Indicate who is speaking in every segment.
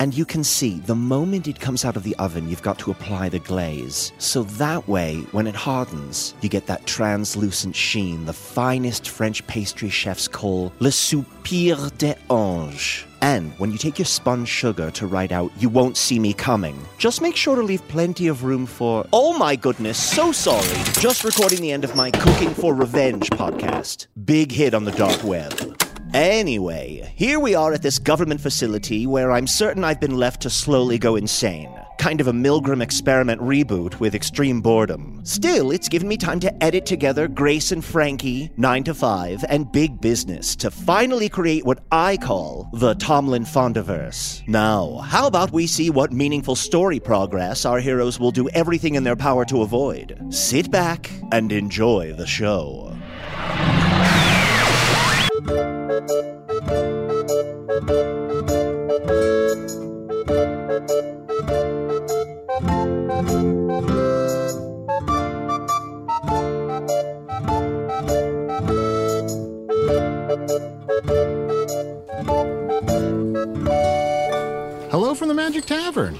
Speaker 1: And you can see the moment it comes out of the oven, you've got to apply the glaze. So that way, when it hardens, you get that translucent sheen, the finest French pastry chefs call le soupir des anges. And when you take your sponge sugar to write out, you won't see me coming. Just make sure to leave plenty of room for, oh my goodness, so sorry, just recording the end of my Cooking for Revenge podcast. Big hit on the dark web. Anyway, here we are at this government facility where I'm certain I've been left to slowly go insane. Kind of a Milgram experiment reboot with extreme boredom. Still, it's given me time to edit together Grace and Frankie, 9 to 5, and Big Business to finally create what I call the Tomlin Fondaverse. Now, how about we see what meaningful story progress our heroes will do everything in their power to avoid? Sit back and enjoy the show.
Speaker 2: Hello from the Magic Tavern,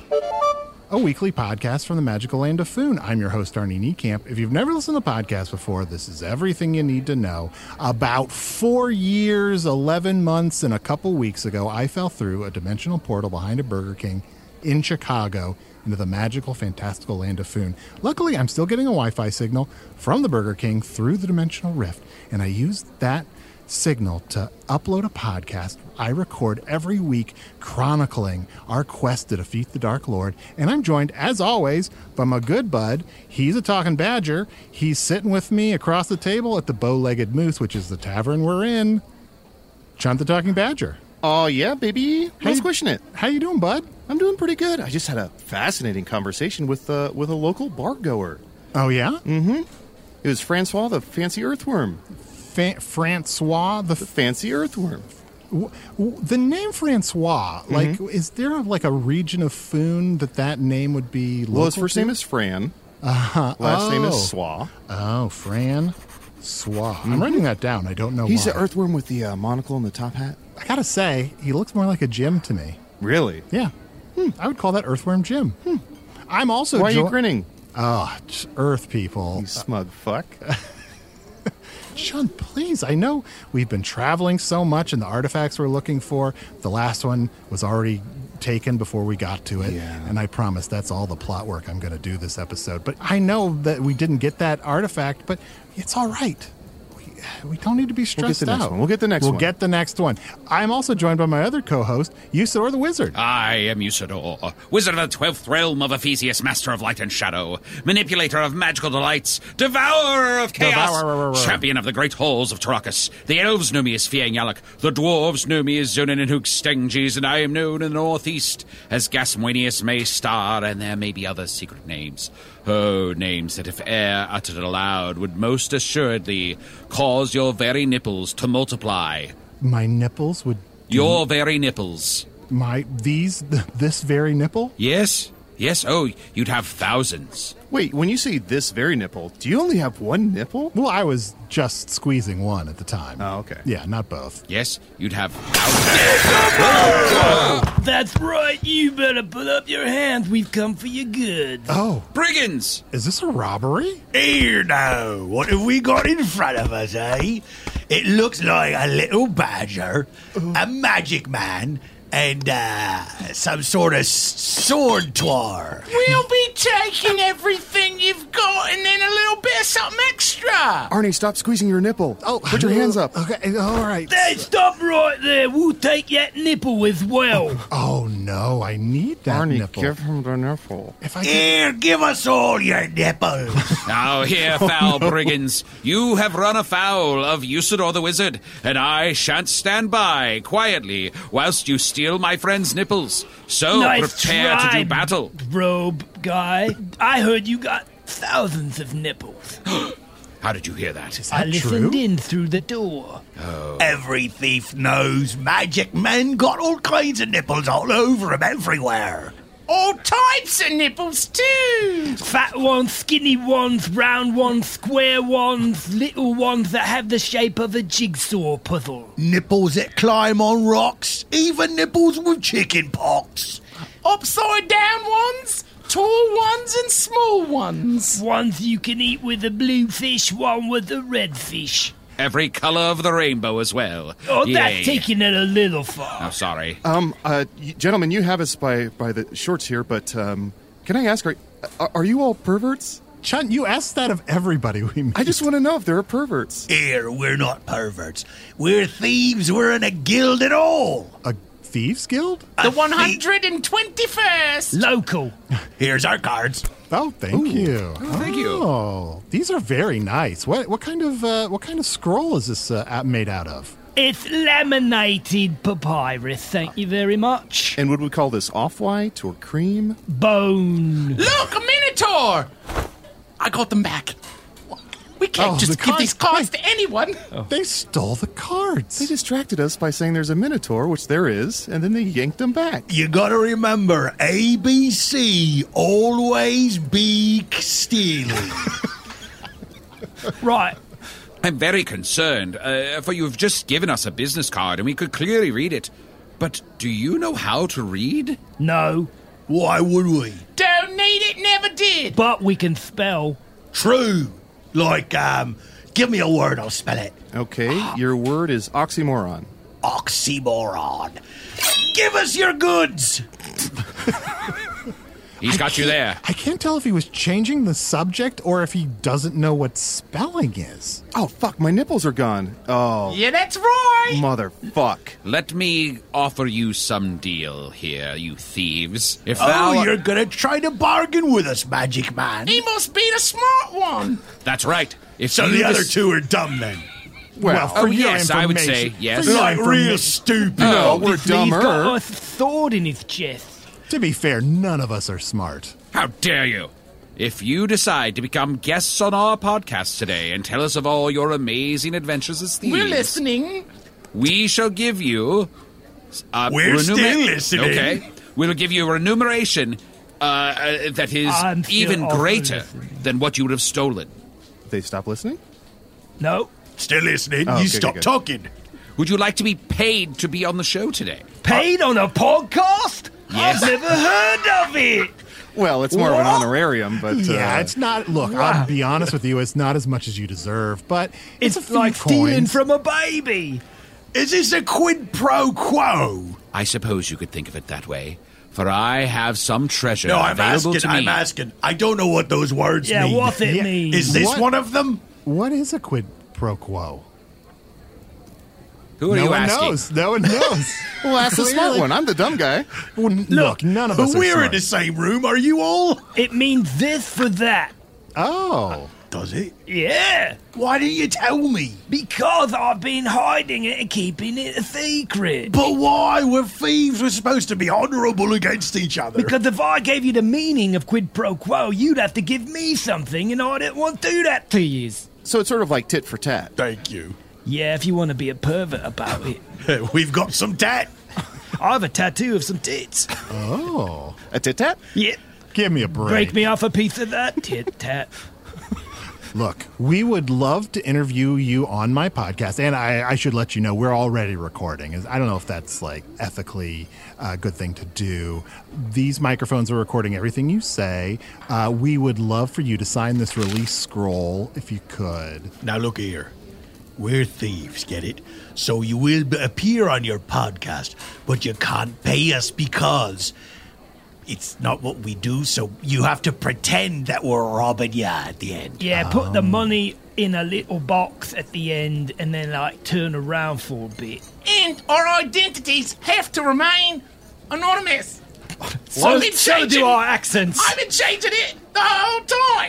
Speaker 2: a weekly podcast from the magical land of Foon. I'm your host, Arnie Niekamp. If you've never listened to the podcast before, this is everything you need to know. About four years, 11 months, and a couple weeks ago, I fell through a dimensional portal behind a Burger King in Chicago into the magical, fantastical land of Foon. Luckily, I'm still getting a Wi Fi signal from the Burger King through the dimensional rift, and I used that signal to upload a podcast I record every week chronicling our quest to defeat the Dark Lord. And I'm joined, as always, by my good bud. He's a talking badger. He's sitting with me across the table at the Bow Legged Moose, which is the tavern we're in. Chunt the Talking Badger.
Speaker 3: Oh yeah, baby. How's
Speaker 2: Hey.
Speaker 3: squishing it?
Speaker 2: How you doing, bud?
Speaker 3: I'm doing pretty good. I just had a fascinating conversation with uh, with a local bar goer. Mm-hmm.
Speaker 2: Oh, yeah?
Speaker 3: It was Francois the fancy earthworm.
Speaker 2: Fa- Francois, the,
Speaker 3: The fancy earthworm.
Speaker 2: w- w- the name Francois,
Speaker 3: Mm-hmm.
Speaker 2: like, is there like a region of Foon that that name would be
Speaker 3: Well, his
Speaker 2: local
Speaker 3: first
Speaker 2: to?
Speaker 3: name is Fran. Uh-huh. Last name
Speaker 2: Oh.
Speaker 3: is Swa.
Speaker 2: Oh, Fran Swa. I'm writing that down. I don't know
Speaker 3: Mm-hmm. He's
Speaker 2: why.
Speaker 3: the earthworm with the uh, monocle and the top hat.
Speaker 2: Oh, I gotta say, he looks more like a Jim to me.
Speaker 3: Really?
Speaker 2: Yeah, hmm. I would call that Earthworm Jim. Hmm. I'm also.
Speaker 3: Why are you
Speaker 2: jo-
Speaker 3: grinning?
Speaker 2: Ah, t- Earth people.
Speaker 3: You smug fuck.
Speaker 2: Sean, please. I know we've been traveling so much, and the artifacts we're looking for. The last one was already taken before we got to it.
Speaker 3: Yeah.
Speaker 2: And I promise that's all the plot work I'm going to do this episode. But I know that we didn't get that artifact, but it's all right. We, we don't need to be
Speaker 3: We'll get
Speaker 2: stressed
Speaker 3: the next
Speaker 2: out.
Speaker 3: one. We'll get the next
Speaker 2: We'll
Speaker 3: one.
Speaker 2: get the next one. I'm also joined by my other co-host, Usador the Wizard.
Speaker 4: I am Usador, wizard of the twelfth realm of Ephesius, master of light and shadow, manipulator of magical delights, devourer of chaos,
Speaker 2: Devourer.
Speaker 4: champion of the great halls of Tarakas. The elves know me as Fia Yalak, the dwarves know me as Zonin and Hookstenges, and I am known in the northeast as Gasmoenius Maystar, and there may be other secret names. Oh, names that if e'er uttered aloud would most assuredly cause your very nipples to multiply.
Speaker 2: My nipples would
Speaker 4: Your very nipples.
Speaker 2: My these this very nipple?
Speaker 4: Yes? Yes? Oh, you'd have thousands.
Speaker 3: Wait, when you say this very nipple, do you only have one nipple?
Speaker 2: Well, I was just squeezing one at the time.
Speaker 3: Oh, okay.
Speaker 2: Yeah, not both.
Speaker 4: Yes? You'd have.
Speaker 5: That's right. You better put up your hands. We've come for your goods.
Speaker 2: Oh,
Speaker 4: Brigands!
Speaker 2: is this a robbery?
Speaker 5: Here now, what have we got in front of us, eh? It looks like a little badger, a magic man, and uh, some sort of s- sword twar.
Speaker 6: We'll be taking everything you've got and then a little bit of something extra.
Speaker 3: Arnie, stop squeezing your nipple. put your hands up.
Speaker 2: Oh, Okay, all right.
Speaker 5: stop right there. We'll take that nipple as well.
Speaker 2: Oh no, I need that
Speaker 3: Arnie,
Speaker 2: nipple.
Speaker 3: give him the nipple.
Speaker 2: if I could,
Speaker 5: Here, give us all your nipples.
Speaker 4: Now here, foul brigands, you have run afoul of Usador the Wizard, and I shan't stand by quietly whilst you steal my friend's nipples. So prepare to do battle.
Speaker 5: robe guy. I heard you got thousands of nipples.
Speaker 4: How did you hear that? Oh.
Speaker 5: I listened
Speaker 2: true?
Speaker 5: in through the door. Every thief knows magic men got all kinds of nipples all over 'em everywhere.
Speaker 6: All types of nipples, too.
Speaker 5: Fat ones, skinny ones, round ones, square ones, little ones that have the shape of a jigsaw puzzle.
Speaker 6: Nipples that climb on rocks, even nipples with chicken pox. Upside down ones, tall ones, and small ones.
Speaker 5: Ones you can eat with a blue fish, one with a red fish.
Speaker 4: Every color of the rainbow as well.
Speaker 5: Oh,
Speaker 4: Yay.
Speaker 5: that's taking it a little far.
Speaker 4: Oh, sorry.
Speaker 3: Um, uh, y- gentlemen, you have us by by the shorts here, but um, can I ask, are, uh, are- are you all perverts?
Speaker 2: Chun, you asked that of everybody we meet.
Speaker 3: I just want to know if there are perverts.
Speaker 6: Here, we're not perverts. We're thieves. We're in a guild at all.
Speaker 2: a thieves guild.
Speaker 6: The
Speaker 5: 121st. Local.
Speaker 6: Here's our cards.
Speaker 2: Oh, thank you.
Speaker 4: thank you.
Speaker 2: Oh, these are very nice. What what kind of uh, what kind of scroll is this uh, app made out of?
Speaker 5: It's laminated papyrus. Thank you very much.
Speaker 3: And would we call this off white or cream?
Speaker 5: Bone.
Speaker 6: Look, a minotaur. I got them back. We can't
Speaker 2: Oh,
Speaker 6: just
Speaker 2: the
Speaker 6: give
Speaker 2: cards-
Speaker 6: these cards to anyone.
Speaker 2: They stole the cards.
Speaker 3: They distracted us by saying there's a minotaur, which there is, and then they yanked them back.
Speaker 6: You gotta remember, ABC always be stealing.
Speaker 5: Right.
Speaker 4: I'm very concerned, uh, for you've just given us a business card and we could clearly read it. But do you know how to read?
Speaker 5: No.
Speaker 6: Why would we?
Speaker 7: Don't need it, never did.
Speaker 5: But we can spell.
Speaker 6: True. Like, um, give me a word, I'll spell it.
Speaker 3: Okay, your word is oxymoron.
Speaker 6: Oxymoron. Give us your goods.
Speaker 4: He's got you there.
Speaker 2: I can't tell if he was changing the subject or if he doesn't know what spelling is.
Speaker 3: Oh fuck, my nipples are gone. Oh
Speaker 7: Yeah, that's right.
Speaker 3: motherfuck.
Speaker 4: Let me offer you some deal here, you thieves. If
Speaker 6: Oh,
Speaker 4: thou
Speaker 6: you're gonna try to bargain with us, magic man.
Speaker 7: He must be the smart one.
Speaker 4: That's right. If
Speaker 6: So
Speaker 4: you
Speaker 6: the other
Speaker 4: dis-
Speaker 6: two are dumb then.
Speaker 3: Well,
Speaker 2: for
Speaker 4: oh,
Speaker 2: your
Speaker 4: yes, I would
Speaker 2: information-
Speaker 4: say, yes.
Speaker 2: for your
Speaker 6: Like real
Speaker 2: information-
Speaker 6: stupid.
Speaker 3: no, we're
Speaker 5: He's got
Speaker 3: dumber.
Speaker 5: a sword in his chest.
Speaker 2: To be fair, none of us are smart.
Speaker 4: how dare you? If you decide to become guests on our podcast today and tell us of all your amazing adventures as thieves,
Speaker 7: We're listening.
Speaker 4: We shall give you. Uh,
Speaker 6: We're still listening.
Speaker 4: Okay, we'll give you a remuneration uh, uh, that is
Speaker 5: I'm still
Speaker 4: even
Speaker 5: also
Speaker 4: greater
Speaker 5: listening.
Speaker 4: than what you would have stolen.
Speaker 3: They stop listening?
Speaker 5: No.
Speaker 6: Still listening.
Speaker 3: Oh,
Speaker 6: you
Speaker 3: good,
Speaker 6: stop
Speaker 3: good, good.
Speaker 6: talking.
Speaker 4: Would you like to be paid to be on the show today?
Speaker 5: Paid on a podcast?
Speaker 4: Yes.
Speaker 5: I've never heard of it.
Speaker 3: Well, it's more of an honorarium, but
Speaker 2: yeah,
Speaker 3: uh,
Speaker 2: it's not. Look, I'll be honest with you, it's not as much as you deserve, but it's,
Speaker 5: It's,
Speaker 2: a few
Speaker 5: like stealing
Speaker 2: coins.
Speaker 5: from a baby.
Speaker 6: Is this a quid pro Oh, quo?
Speaker 4: I suppose you could think of it that way. For I have some treasure
Speaker 6: No, I'm
Speaker 4: available
Speaker 6: asking.
Speaker 4: to me.
Speaker 6: I'm asking. I don't know what those words
Speaker 5: Yeah,
Speaker 6: mean.
Speaker 5: what it
Speaker 2: Yeah.
Speaker 5: means.
Speaker 6: Is this
Speaker 2: What?
Speaker 6: one of them?
Speaker 2: What is a quid pro quo?
Speaker 4: Who are
Speaker 2: no
Speaker 4: you
Speaker 2: one
Speaker 4: asking?
Speaker 2: knows. No one knows.
Speaker 3: well that's the smart
Speaker 2: Clearly.
Speaker 3: one. I'm the dumb guy.
Speaker 2: Well, n- look, none of us are
Speaker 6: We're
Speaker 2: smart.
Speaker 6: in the same room. Are you all?
Speaker 5: It means this for that.
Speaker 2: oh,
Speaker 6: Does it?
Speaker 5: Yeah.
Speaker 6: Why didn't you tell me?
Speaker 5: Because I've been hiding it and keeping it a secret.
Speaker 6: But why? We're thieves. We're supposed to be honourable against each other.
Speaker 5: Because if I gave you the meaning of quid pro quo, you'd have to give me something, and I don't want to do that to you.
Speaker 3: So it's sort of like tit for tat.
Speaker 6: Thank you.
Speaker 5: Yeah, if you want to be a pervert about it.
Speaker 6: We've got some debt.
Speaker 5: I have a tattoo of some tits.
Speaker 2: Oh.
Speaker 3: A tit tat?
Speaker 5: Yeah.
Speaker 2: Give me a break.
Speaker 5: Break me off a piece of that tit tat.
Speaker 2: Look, we would love to interview you on my podcast, and I, I should let you know we're already recording. I don't know if that's like ethically a good thing to do. These microphones are recording everything you say. Uh, we would love for you to sign this release scroll if you could.
Speaker 6: Now look here. We're thieves, get it? So you will b- appear on your podcast, but you can't pay us because it's not what we do, so you have to pretend that we're robbing you at the end. Oh.
Speaker 5: Yeah, put
Speaker 6: Um.
Speaker 5: the money in a little box at the end and then like turn around for a bit.
Speaker 7: And our identities have to remain anonymous.
Speaker 5: So,
Speaker 7: I've been
Speaker 5: so do
Speaker 7: changing-
Speaker 5: our accents.
Speaker 7: I've been changing it the whole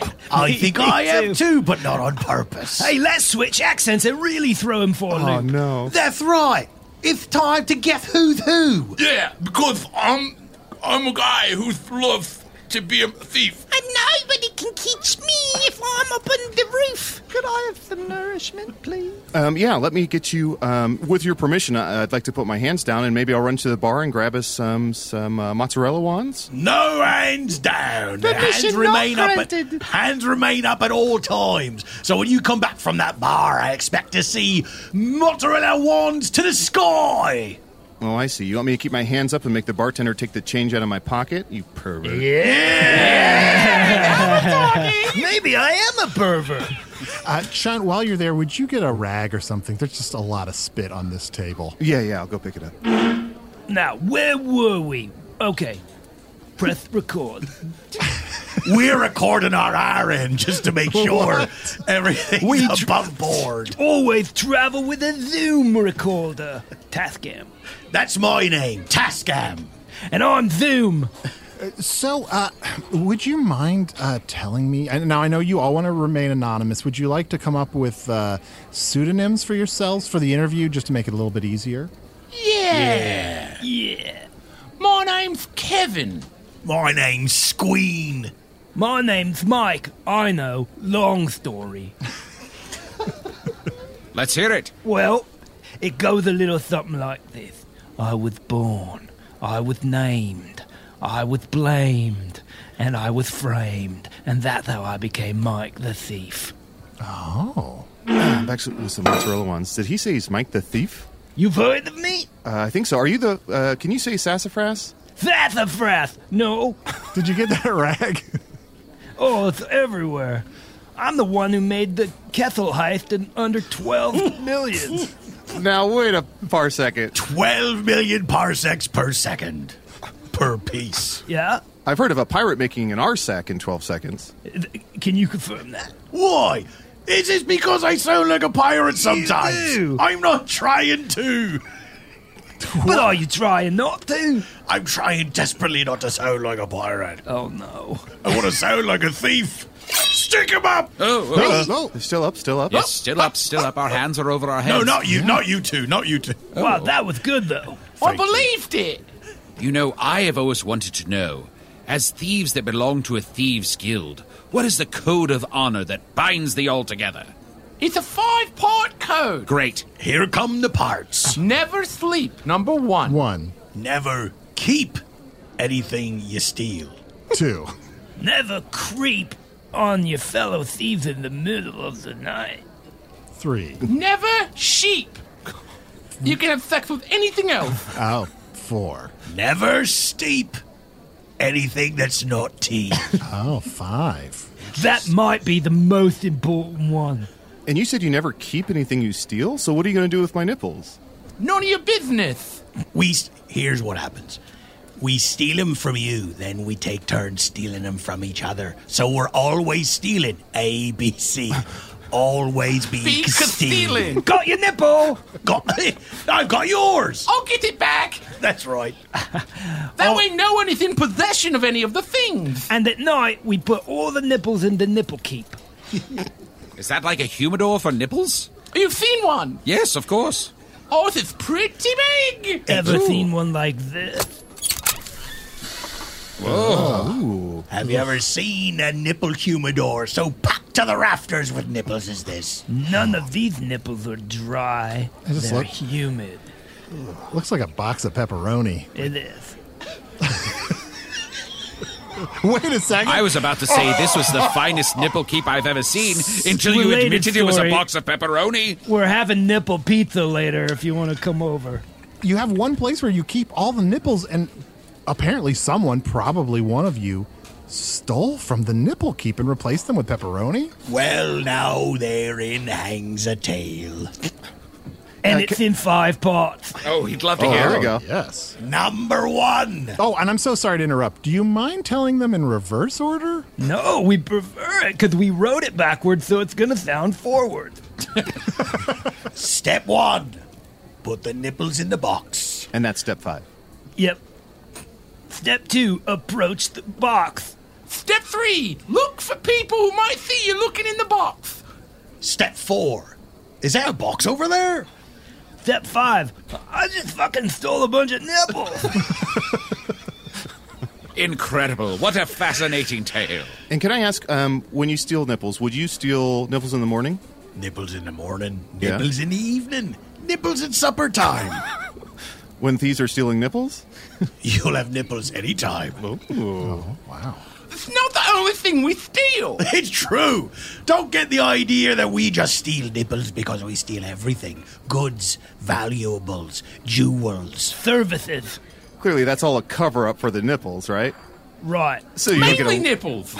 Speaker 7: time.
Speaker 6: I think I am too, but not on purpose.
Speaker 5: Hey, let's switch accents and really throw him for a loop.
Speaker 3: no.
Speaker 6: Oh, That's right. It's time to guess who's who.
Speaker 8: Yeah, because I'm I'm a guy who loves to be a thief.
Speaker 9: And nobody can catch me if I'm up on the roof. Could I have some nourishment, please?
Speaker 3: Um, yeah, let me get you, um, with your permission, I, I'd like to put my hands down and maybe I'll run to the bar and grab us some, some uh, mozzarella wands.
Speaker 6: No hands down. hands
Speaker 9: Permission not
Speaker 6: remain up. At,
Speaker 9: granted.
Speaker 6: hands remain up at all times. So when you come back from that bar, I expect to see mozzarella wands to the sky.
Speaker 3: Oh, I see. You want me to keep my hands up and make the bartender take the change out of my pocket? You pervert.
Speaker 5: Maybe I am a pervert.
Speaker 2: Uh, Sean, while you're there, would you get a rag or something? There's just a lot of spit on this table.
Speaker 3: Yeah, yeah, I'll go pick it up.
Speaker 5: Now, where were we? Okay. Press record.
Speaker 6: We're recording our iron just to make sure everything's
Speaker 5: We tr-
Speaker 6: above board.
Speaker 5: Always travel with a Zoom recorder. Tascam.
Speaker 6: That's my name, Tascam.
Speaker 5: And I'm Zoom.
Speaker 2: So, uh, would you mind uh, telling me? and Now, I know you all want to remain anonymous. Would you like to come up with uh, pseudonyms for yourselves for the interview just to make it a little bit easier?
Speaker 7: Yeah.
Speaker 5: Yeah.
Speaker 7: My name's Kevin.
Speaker 6: My name's Squeen.
Speaker 5: My name's Mike. I know. Long story.
Speaker 4: Let's hear it.
Speaker 5: Well, it goes a little something like this I was born, I was named, I was blamed, and I was framed, and that's how I became Mike the Thief.
Speaker 2: Oh.
Speaker 3: Ah, I'm back to- with some mozzarella wands. Did he say he's Mike the Thief?
Speaker 5: You've heard of me?
Speaker 3: Uh, I think so. Are you the, uh, can you say sassafras?
Speaker 5: That's a frath! No,
Speaker 2: Did you get that rag?
Speaker 5: oh, it's everywhere. I'm the one who made the Kessel heist in under 12 million.
Speaker 3: Now, wait a far second.
Speaker 6: 12 million parsecs per second. Per piece.
Speaker 5: Yeah?
Speaker 3: I've heard of a pirate making an RSAC in 12 seconds.
Speaker 5: Th- Can you confirm that?
Speaker 6: Why? Is this because I sound like a pirate sometimes?
Speaker 5: do.
Speaker 6: I'm not trying to.
Speaker 5: But are you trying not to?
Speaker 6: I'm trying desperately not to sound like a pirate.
Speaker 5: Oh no.
Speaker 6: I want to sound like a thief. Stick him up!
Speaker 4: Oh, oh.
Speaker 3: Oh, still up, still up.
Speaker 4: Yes, still up, still up. Our hands are over our heads.
Speaker 6: No, not you, not you two, not you two.
Speaker 5: Wow,
Speaker 7: Oh.
Speaker 5: that was good though.
Speaker 7: I believed it.
Speaker 4: You know, I have always wanted to know, as thieves that belong to a thieves' guild, what is the code of honor that binds the all together?
Speaker 7: It's a five part code.
Speaker 4: Great.
Speaker 6: Here come the parts.
Speaker 7: Never sleep, number one.
Speaker 2: One,
Speaker 6: Never keep anything you steal.
Speaker 2: two.
Speaker 5: Never creep on your fellow thieves in the middle of the night.
Speaker 2: Three.
Speaker 7: Never sheep. You can have sex with anything else.
Speaker 2: Oh, four.
Speaker 6: Never steep anything that's not tea.
Speaker 2: Oh, five.
Speaker 5: That might be the most important one.
Speaker 3: And you said you never keep anything you steal, so what are you going to do with my nipples?
Speaker 7: None of your business.
Speaker 6: We s- here's what happens. We steal them from you, then we take turns stealing them from each other. So we're always stealing. A B C, always be,
Speaker 7: Be
Speaker 6: stealing.
Speaker 7: stealing.
Speaker 5: Got your nipple!
Speaker 6: Got, I've got yours.
Speaker 7: I'll get it back.
Speaker 6: That's right.
Speaker 7: That way, no one is in possession of any of the things.
Speaker 5: And at night, we put all the nipples in the nipple keep.
Speaker 4: Is that like a humidor for nipples?
Speaker 7: You've seen one.
Speaker 4: Yes, of course.
Speaker 7: Ours is pretty big.
Speaker 5: Ever seen one like this?
Speaker 6: Have you ever seen a nipple humidor so packed to the rafters with nipples as this?
Speaker 5: None of these nipples are dry.
Speaker 2: just
Speaker 5: They're
Speaker 2: look-
Speaker 5: humid.
Speaker 2: Looks like a box of pepperoni.
Speaker 5: It is.
Speaker 2: Wait a second.
Speaker 4: I was about to say this was the finest nipple keep I've ever seen until you
Speaker 5: Related
Speaker 4: admitted it was a
Speaker 5: story.
Speaker 4: box of pepperoni.
Speaker 5: We're having nipple pizza later if you want to come over.
Speaker 2: You have one place where you keep all the nipples, and apparently, someone, probably one of you, stole from the nipple keep and replaced them with pepperoni.
Speaker 6: Well, now therein hangs a tale.
Speaker 5: And
Speaker 2: Uh,
Speaker 5: it's in five parts.
Speaker 4: Oh, he'd love
Speaker 2: to Oh, hear there it. we go.
Speaker 6: Yes. Number one.
Speaker 2: Oh, and I'm so sorry to interrupt. Do you mind telling them in reverse order?
Speaker 5: No, we prefer it because we wrote it backwards, so it's going to sound forward.
Speaker 6: Step one. Put the nipples in the box.
Speaker 3: And that's step five.
Speaker 5: Yep. Step two, approach the box.
Speaker 7: Step three, look for people who might see you looking in the box.
Speaker 6: Step four. Is that a box over there?
Speaker 5: Step five. I just fucking stole a bunch of nipples.
Speaker 4: Incredible. What a fascinating tale.
Speaker 3: And can I ask, um, when you steal nipples, would you steal nipples in the morning?
Speaker 6: Nipples in the morning.
Speaker 3: Yeah.
Speaker 6: Nipples in the evening. Nipples at supper time.
Speaker 3: When thieves are stealing nipples?
Speaker 6: You'll have nipples anytime.
Speaker 3: Oh,
Speaker 2: wow.
Speaker 7: It's not the only thing we steal.
Speaker 6: It's true. Don't get the idea that we just steal nipples because we steal everything goods, valuables, jewels.
Speaker 5: Services.
Speaker 3: Clearly, that's all a cover up for the nipples, right?
Speaker 5: Right.
Speaker 3: So you don't get a- Mainly
Speaker 7: nipples.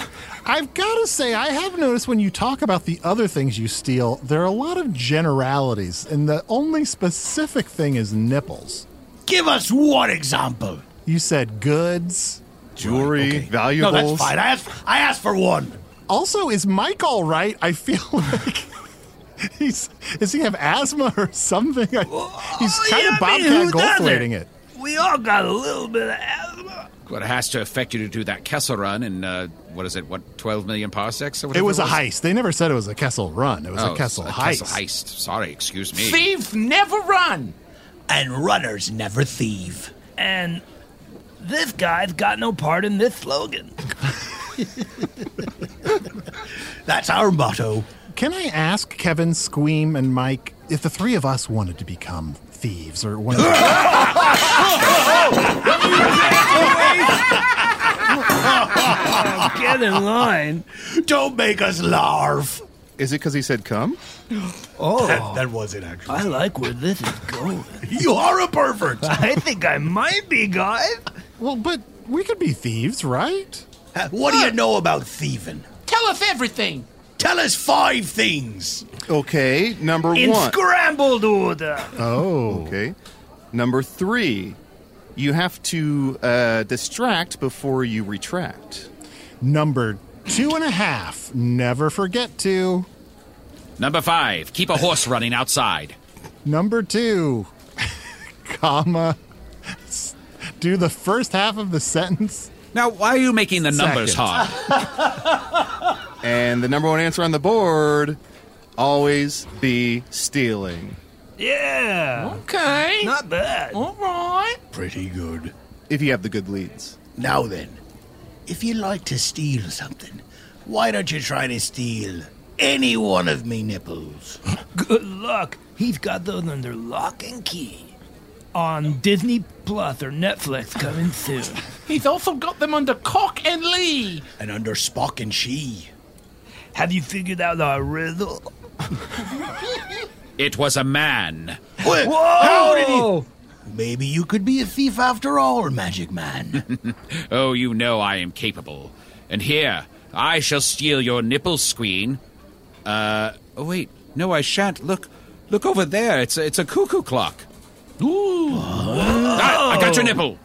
Speaker 2: I've got to say, I have noticed when you talk about the other things you steal, there are a lot of generalities, and the only specific thing is nipples.
Speaker 6: Give us one example.
Speaker 2: You said goods,
Speaker 3: jewelry,
Speaker 6: No, that's fine. I asked, I asked for one.
Speaker 2: Also, is Mike all right? I feel like he's does he have asthma or something? I, he's kind of
Speaker 5: I mean,
Speaker 2: bobcat
Speaker 5: who doesn't?
Speaker 2: goldthwating it.
Speaker 5: We all got a little bit of asthma.
Speaker 4: Well, it has to affect you to do that Kessel run in, uh, what is it, what, 12 million parsecs or
Speaker 2: It
Speaker 4: whatever?
Speaker 2: was a heist. They never said it was a Kessel run. It was
Speaker 4: Oh,
Speaker 2: a Kessel heist.
Speaker 4: Kessel heist. Sorry, excuse me.
Speaker 7: Thieves never run.
Speaker 6: And runners never thieve.
Speaker 5: And this guy's got no part in this slogan.
Speaker 6: That's our motto.
Speaker 2: Can I ask Kevin, Squeam, and Mike if the three of us wanted to become thieves or one?
Speaker 5: Get in line.
Speaker 6: Don't make us larve.
Speaker 3: Is it because he said come?
Speaker 5: Oh.
Speaker 6: That, that wasn't actually.
Speaker 5: I like where this is going.
Speaker 6: You are a pervert.
Speaker 5: I think I might be, guys.
Speaker 2: Well, but we could be thieves, right?
Speaker 6: Uh, What do you know about thieving?
Speaker 7: Tell us everything.
Speaker 6: Tell us five things.
Speaker 3: Okay, number
Speaker 5: In
Speaker 3: one.
Speaker 5: scrambled order.
Speaker 2: oh.
Speaker 3: Okay. Number three, you have to uh, distract before you retract.
Speaker 2: Number two and a half. Never forget to.
Speaker 4: Number five, keep a horse running outside.
Speaker 2: Number two, comma. s- Do the first half of the sentence.
Speaker 4: Now, why are you making the numbers
Speaker 2: Second.
Speaker 4: hard?
Speaker 3: And the number one answer on the board always be stealing.
Speaker 5: Yeah.
Speaker 7: Okay.
Speaker 5: Not bad.
Speaker 7: All right.
Speaker 6: Pretty good.
Speaker 3: If you have the good leads.
Speaker 6: Now then, if you like to steal something, why don't you try to steal any one of me nipples?
Speaker 5: Good luck. He's got those under lock and key. On Disney Plus or Netflix coming soon.
Speaker 7: He's also got them under cock and lee.
Speaker 6: And under Spock and she.
Speaker 5: Have you figured out our riddle?
Speaker 4: It was a man.
Speaker 6: Wait,
Speaker 4: Oh!
Speaker 5: Whoa!
Speaker 6: How did he? Maybe you could be a thief after all, Magic Man.
Speaker 4: Oh, you know I am capable. And here, I shall steal your nipples, Squeen. Uh, oh, wait. No, I shan't. Look, look over there. It's a, it's a cuckoo clock.
Speaker 6: Oh.
Speaker 7: Ooh.
Speaker 4: Ah, I got your nipple.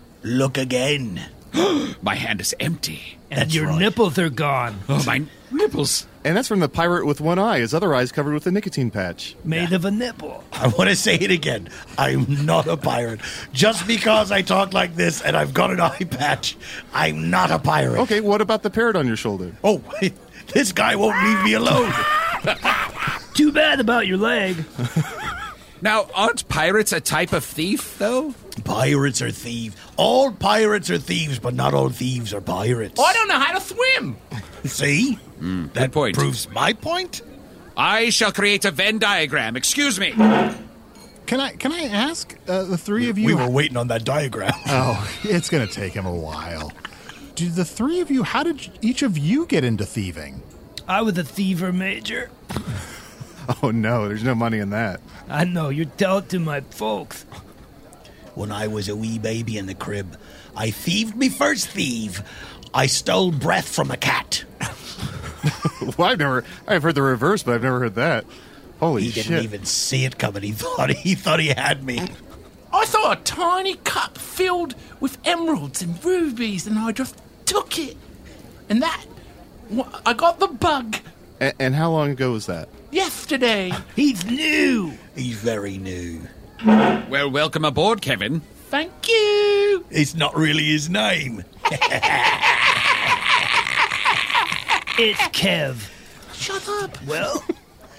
Speaker 6: Look again.
Speaker 4: My hand is empty.
Speaker 5: And your nipples are gone.
Speaker 4: Oh, my nipples.
Speaker 3: And that's from the pirate with one eye, his other eye's covered with a nicotine patch.
Speaker 5: Made of a nipple.
Speaker 6: I want to say it again. I'm not a pirate. Just because I talk like this and I've got an eye patch, I'm not a pirate.
Speaker 3: Okay, what about the parrot on your shoulder?
Speaker 6: Oh, this guy won't leave me alone.
Speaker 5: Too bad about your leg.
Speaker 4: Now, aren't pirates a type of thief, though?
Speaker 6: Pirates are thieves. All pirates are thieves, but not all thieves are pirates.
Speaker 7: Oh, I don't know how to swim.
Speaker 6: See?
Speaker 4: Hmm, Good point.
Speaker 6: Proves my point.
Speaker 4: I shall create a Venn diagram. Excuse me.
Speaker 2: Can I can I ask uh, the three of you?
Speaker 6: We were waiting on that diagram.
Speaker 2: Oh, it's going to take him a while. Do the three of you? How did each of you get into thieving?
Speaker 5: I was a thiever major.
Speaker 3: Oh no, there's no money in that.
Speaker 5: I know you dealt to my folks.
Speaker 6: When I was a wee baby in the crib, I thieved me first thieve. I stole breath from a cat.
Speaker 3: well, I've never, I've heard the reverse, but I've never heard that. Holy
Speaker 6: He
Speaker 3: shit!
Speaker 6: didn't even see it coming. He thought he thought he had me.
Speaker 7: I saw a tiny cup filled with emeralds and rubies, and I just took it. And that, wha- I got the bug
Speaker 3: A- and how long ago was that?
Speaker 7: yesterday. He's new.
Speaker 6: He's very new.
Speaker 4: Well, welcome aboard, Kevin.
Speaker 7: Thank you.
Speaker 6: It's not really his name.
Speaker 5: It's Kev.
Speaker 7: Shut up.
Speaker 5: Well,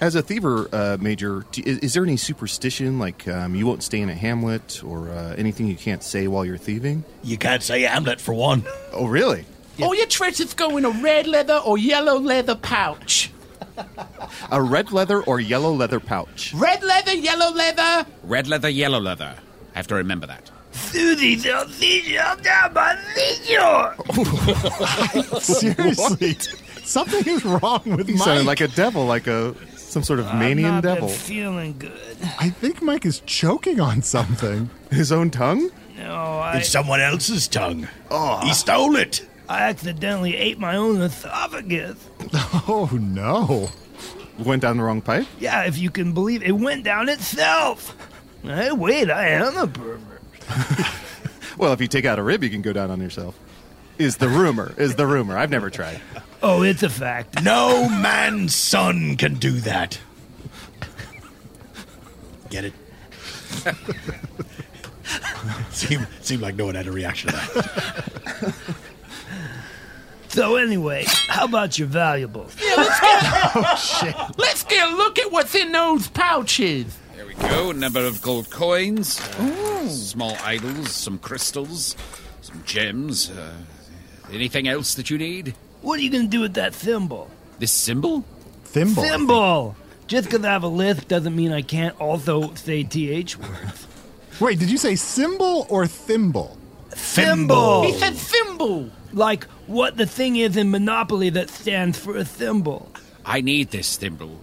Speaker 3: As a thiever uh, major, do, is, is there any superstition like um, you won't stay in a hamlet or uh, anything you can't say while you're thieving?
Speaker 6: You can't say hamlet for one.
Speaker 3: Oh, really?
Speaker 7: All your treasures go in a red leather or yellow leather pouch.
Speaker 3: A red leather or yellow leather pouch?
Speaker 7: Red leather, yellow leather.
Speaker 4: Red leather, yellow leather. I have to remember that.
Speaker 7: These are these are my
Speaker 2: Seriously, something is wrong with
Speaker 3: He
Speaker 2: Mike.
Speaker 3: sounded like a devil, like a some sort of manian
Speaker 5: not been
Speaker 3: devil.
Speaker 5: feeling good.
Speaker 2: I think Mike is choking on something.
Speaker 3: His own tongue?
Speaker 5: No, I,
Speaker 6: It's someone else's tongue.
Speaker 3: Ah.
Speaker 6: Oh, he stole it.
Speaker 5: I accidentally ate my own esophagus.
Speaker 2: Oh no!
Speaker 3: Went down the wrong pipe.
Speaker 5: Yeah, if you can believe it went down itself. Hey, wait, I am a pervert.
Speaker 3: Well, if you take out a rib, you can go down on yourself. Is the rumor? Is the rumor? I've never tried.
Speaker 5: Oh, it's a fact.
Speaker 6: No man's son can do that. Get it? seemed, seemed like no one had a reaction to that.
Speaker 5: So anyway, how about your valuables?
Speaker 7: Yeah, let's get,
Speaker 2: Oh,
Speaker 7: let's get a look at what's in those pouches.
Speaker 4: There we go. A number of gold coins, uh, small idols, some crystals, some gems. Uh, anything else that you need?
Speaker 5: What are you gonna do with that thimble?
Speaker 4: This symbol?
Speaker 2: Thimble.
Speaker 5: Thimble. Just because I have a lisp doesn't mean I can't also say th word.
Speaker 2: Wait, did you say symbol or thimble?
Speaker 7: He
Speaker 5: Thimble.
Speaker 7: said thimble.
Speaker 5: Like what the thing is in Monopoly that stands for a thimble.
Speaker 4: I need this thimble.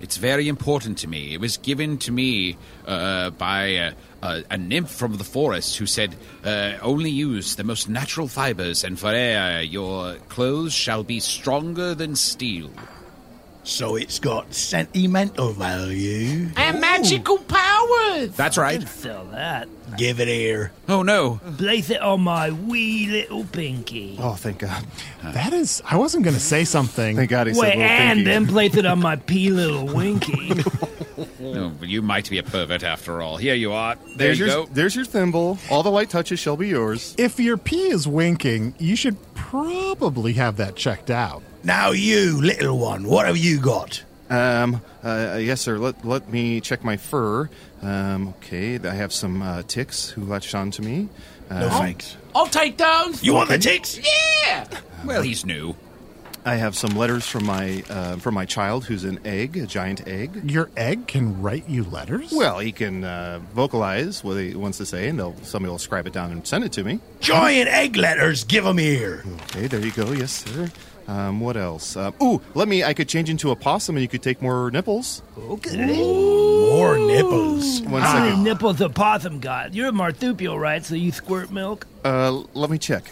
Speaker 4: It's very important to me. It was given to me uh, by uh, uh, a nymph from the forest who said, uh, Only use the most natural fibers, and forever your clothes shall be stronger than steel.
Speaker 6: So it's got sentimental value.
Speaker 7: And magical powers.
Speaker 4: That's right.
Speaker 5: Sell that.
Speaker 6: Give it here.
Speaker 4: Oh no.
Speaker 5: Place it on my wee little pinky.
Speaker 3: Oh, thank God!
Speaker 2: That is. I wasn't going to say something.
Speaker 3: Thank God he said
Speaker 5: Wait,
Speaker 3: little
Speaker 5: and
Speaker 3: pinky.
Speaker 5: then place it on my pee little winky.
Speaker 4: No, but Oh, you might be a pervert after all. Here you are. There
Speaker 3: There's
Speaker 4: you
Speaker 3: your,
Speaker 4: go.
Speaker 3: there's your thimble. All the light touches shall be yours.
Speaker 2: If your pee is winking, you should probably have that checked out.
Speaker 6: Now you, little one, what have you got?
Speaker 3: Um, uh, yes, sir. Let let me check my fur. Um, okay, I have some uh, ticks who latched on to me.
Speaker 6: No
Speaker 3: Uh,
Speaker 6: thanks.
Speaker 7: I'll take those.
Speaker 6: You want the ticks?
Speaker 7: Yeah.
Speaker 4: Well, he's new.
Speaker 3: I have some letters from my uh, from my child, who's an egg, a giant egg.
Speaker 2: Your egg can write you letters.
Speaker 3: Well, he can uh, vocalize what he wants to say, and they'll, somebody will scribe it down and send it to me.
Speaker 6: Giant egg letters, give 'em here.
Speaker 3: Okay, there you go. Yes, sir. Um, what else? Um, ooh, let me. I could change into a possum, and you could take more nipples.
Speaker 6: More nipples.
Speaker 3: One
Speaker 5: How
Speaker 3: second.
Speaker 5: many nipples a possum got? You're a marsupial, right? So you squirt milk?
Speaker 3: Uh, let me check.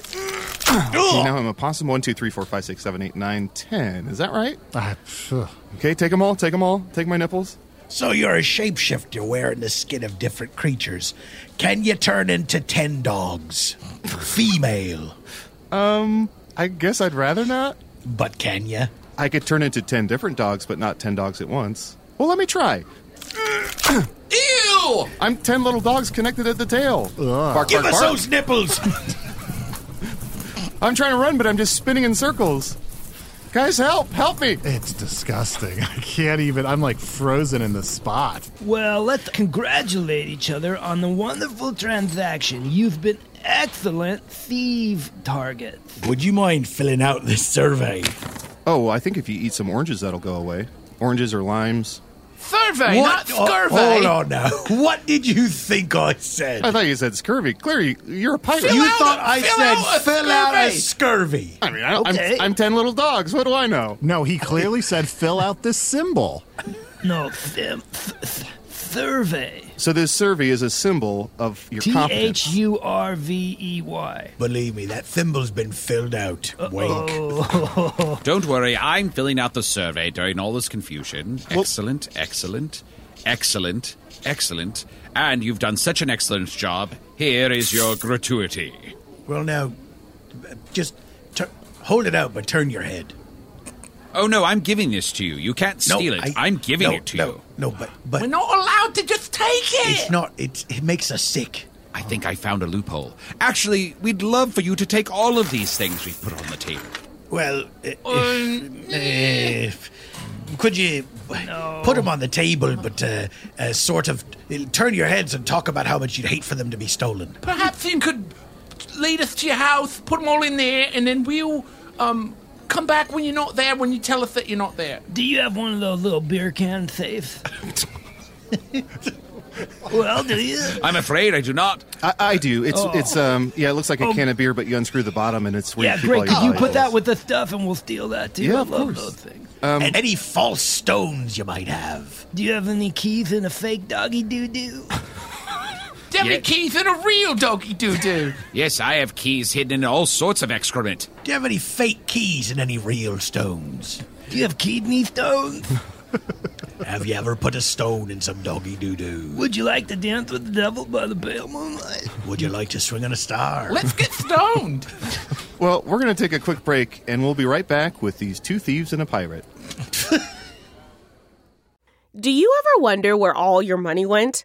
Speaker 3: Okay, now I'm a possum. One, two, three, four, five, six, seven, eight, nine, ten. Is that right?
Speaker 2: Ah, phew.
Speaker 3: Okay, take them all. Take them all. Oh, Take my nipples.
Speaker 6: So you're a shapeshifter wearing the skin of different creatures. Can you turn into ten dogs? Female.
Speaker 3: Um, I guess I'd rather not.
Speaker 6: But can you?
Speaker 3: I could turn into ten different dogs, but not ten dogs at once. Well, let me try.
Speaker 7: Ew.
Speaker 3: I'm ten little dogs connected at the tail. Bark,
Speaker 6: Give
Speaker 3: bark,
Speaker 6: us
Speaker 3: bark.
Speaker 6: those nipples!
Speaker 3: I'm trying to run, but I'm just spinning in circles. Guys, help! Help me!
Speaker 2: it's disgusting. I can't even. I'm like frozen in the spot.
Speaker 5: Well, let's congratulate each other on the wonderful transaction. You've been excellent thief targets.
Speaker 6: Would you mind filling out this survey?
Speaker 3: Oh, I think if you eat some oranges, that'll go away. Oranges or limes.
Speaker 7: Survey, not
Speaker 6: oh,
Speaker 7: scurvy.
Speaker 6: hold on now. What did you think I said?
Speaker 3: I thought you said scurvy. Clearly, you're a pirate.
Speaker 6: you thought I said fill out a
Speaker 3: scurvy. I mean, I,
Speaker 2: Okay.
Speaker 3: I'm, I'm ten little dogs. What do I know?
Speaker 2: No, he clearly said fill out this symbol.
Speaker 5: No, th- th- th- survey.
Speaker 3: So this survey is a symbol of your
Speaker 5: T
Speaker 3: competence.
Speaker 5: H U R V E Y.
Speaker 6: Believe me, that thimble's been filled out.
Speaker 4: Don't worry, I'm filling out the survey during all this confusion. Excellent, excellent, excellent, excellent. And you've done such an excellent job. Here is your gratuity.
Speaker 6: Well, now, just tur- hold it out, but turn your head.
Speaker 4: Oh no, I'm giving this to you. You can't steal it. I, am giving
Speaker 6: no,
Speaker 4: it to
Speaker 6: no,
Speaker 4: you.
Speaker 6: No, but but
Speaker 7: We're not allowed to just take it.
Speaker 6: it's not. It it makes us sick.
Speaker 4: I think I found a loophole. Actually, we'd love for you to take all of these things we've put on the table.
Speaker 6: Well, i- if, if- could you put them on the table, but uh, uh, sort of uh, turn your heads and talk about how much you'd hate for them to be stolen?
Speaker 7: Perhaps you could lead us to your house, put them all in there, and then we'll um, come back when you're not there, when you tell us that you're not there.
Speaker 5: Do you have one of those little beer can safes? well, do you?
Speaker 4: I'm afraid I do not.
Speaker 3: I, I do. It's
Speaker 5: Oh.
Speaker 3: it's um yeah. It looks like a
Speaker 5: Oh.
Speaker 3: can of beer, but you unscrew the bottom, and it's where
Speaker 5: yeah,
Speaker 3: you keep all
Speaker 5: great.
Speaker 3: your
Speaker 5: Could you
Speaker 3: valuables.
Speaker 5: put that with the stuff and we'll steal that too?
Speaker 3: Yeah,
Speaker 5: I
Speaker 3: of
Speaker 5: love
Speaker 3: course.
Speaker 5: those things.
Speaker 3: Um,
Speaker 6: and any false stones you might have.
Speaker 5: Do you have any keys and a fake doggy doo doo?
Speaker 7: Debbie
Speaker 4: Yeah.
Speaker 7: Keith and a real doggy doo doo.
Speaker 4: Yes, I have keys hidden in all sorts of excrement.
Speaker 6: Do you have any fake keys and any real stones?
Speaker 5: Do you have kidney stones?
Speaker 6: Have you ever put a stone in some doggy doo doo?
Speaker 5: Would you like to dance with the devil by the pale moonlight?
Speaker 6: Would you like to swing on a star?
Speaker 7: Let's get stoned.
Speaker 3: Well, we're gonna take a quick break, and we'll be right back with these two thieves and a pirate.
Speaker 10: Do you ever wonder where all your money went?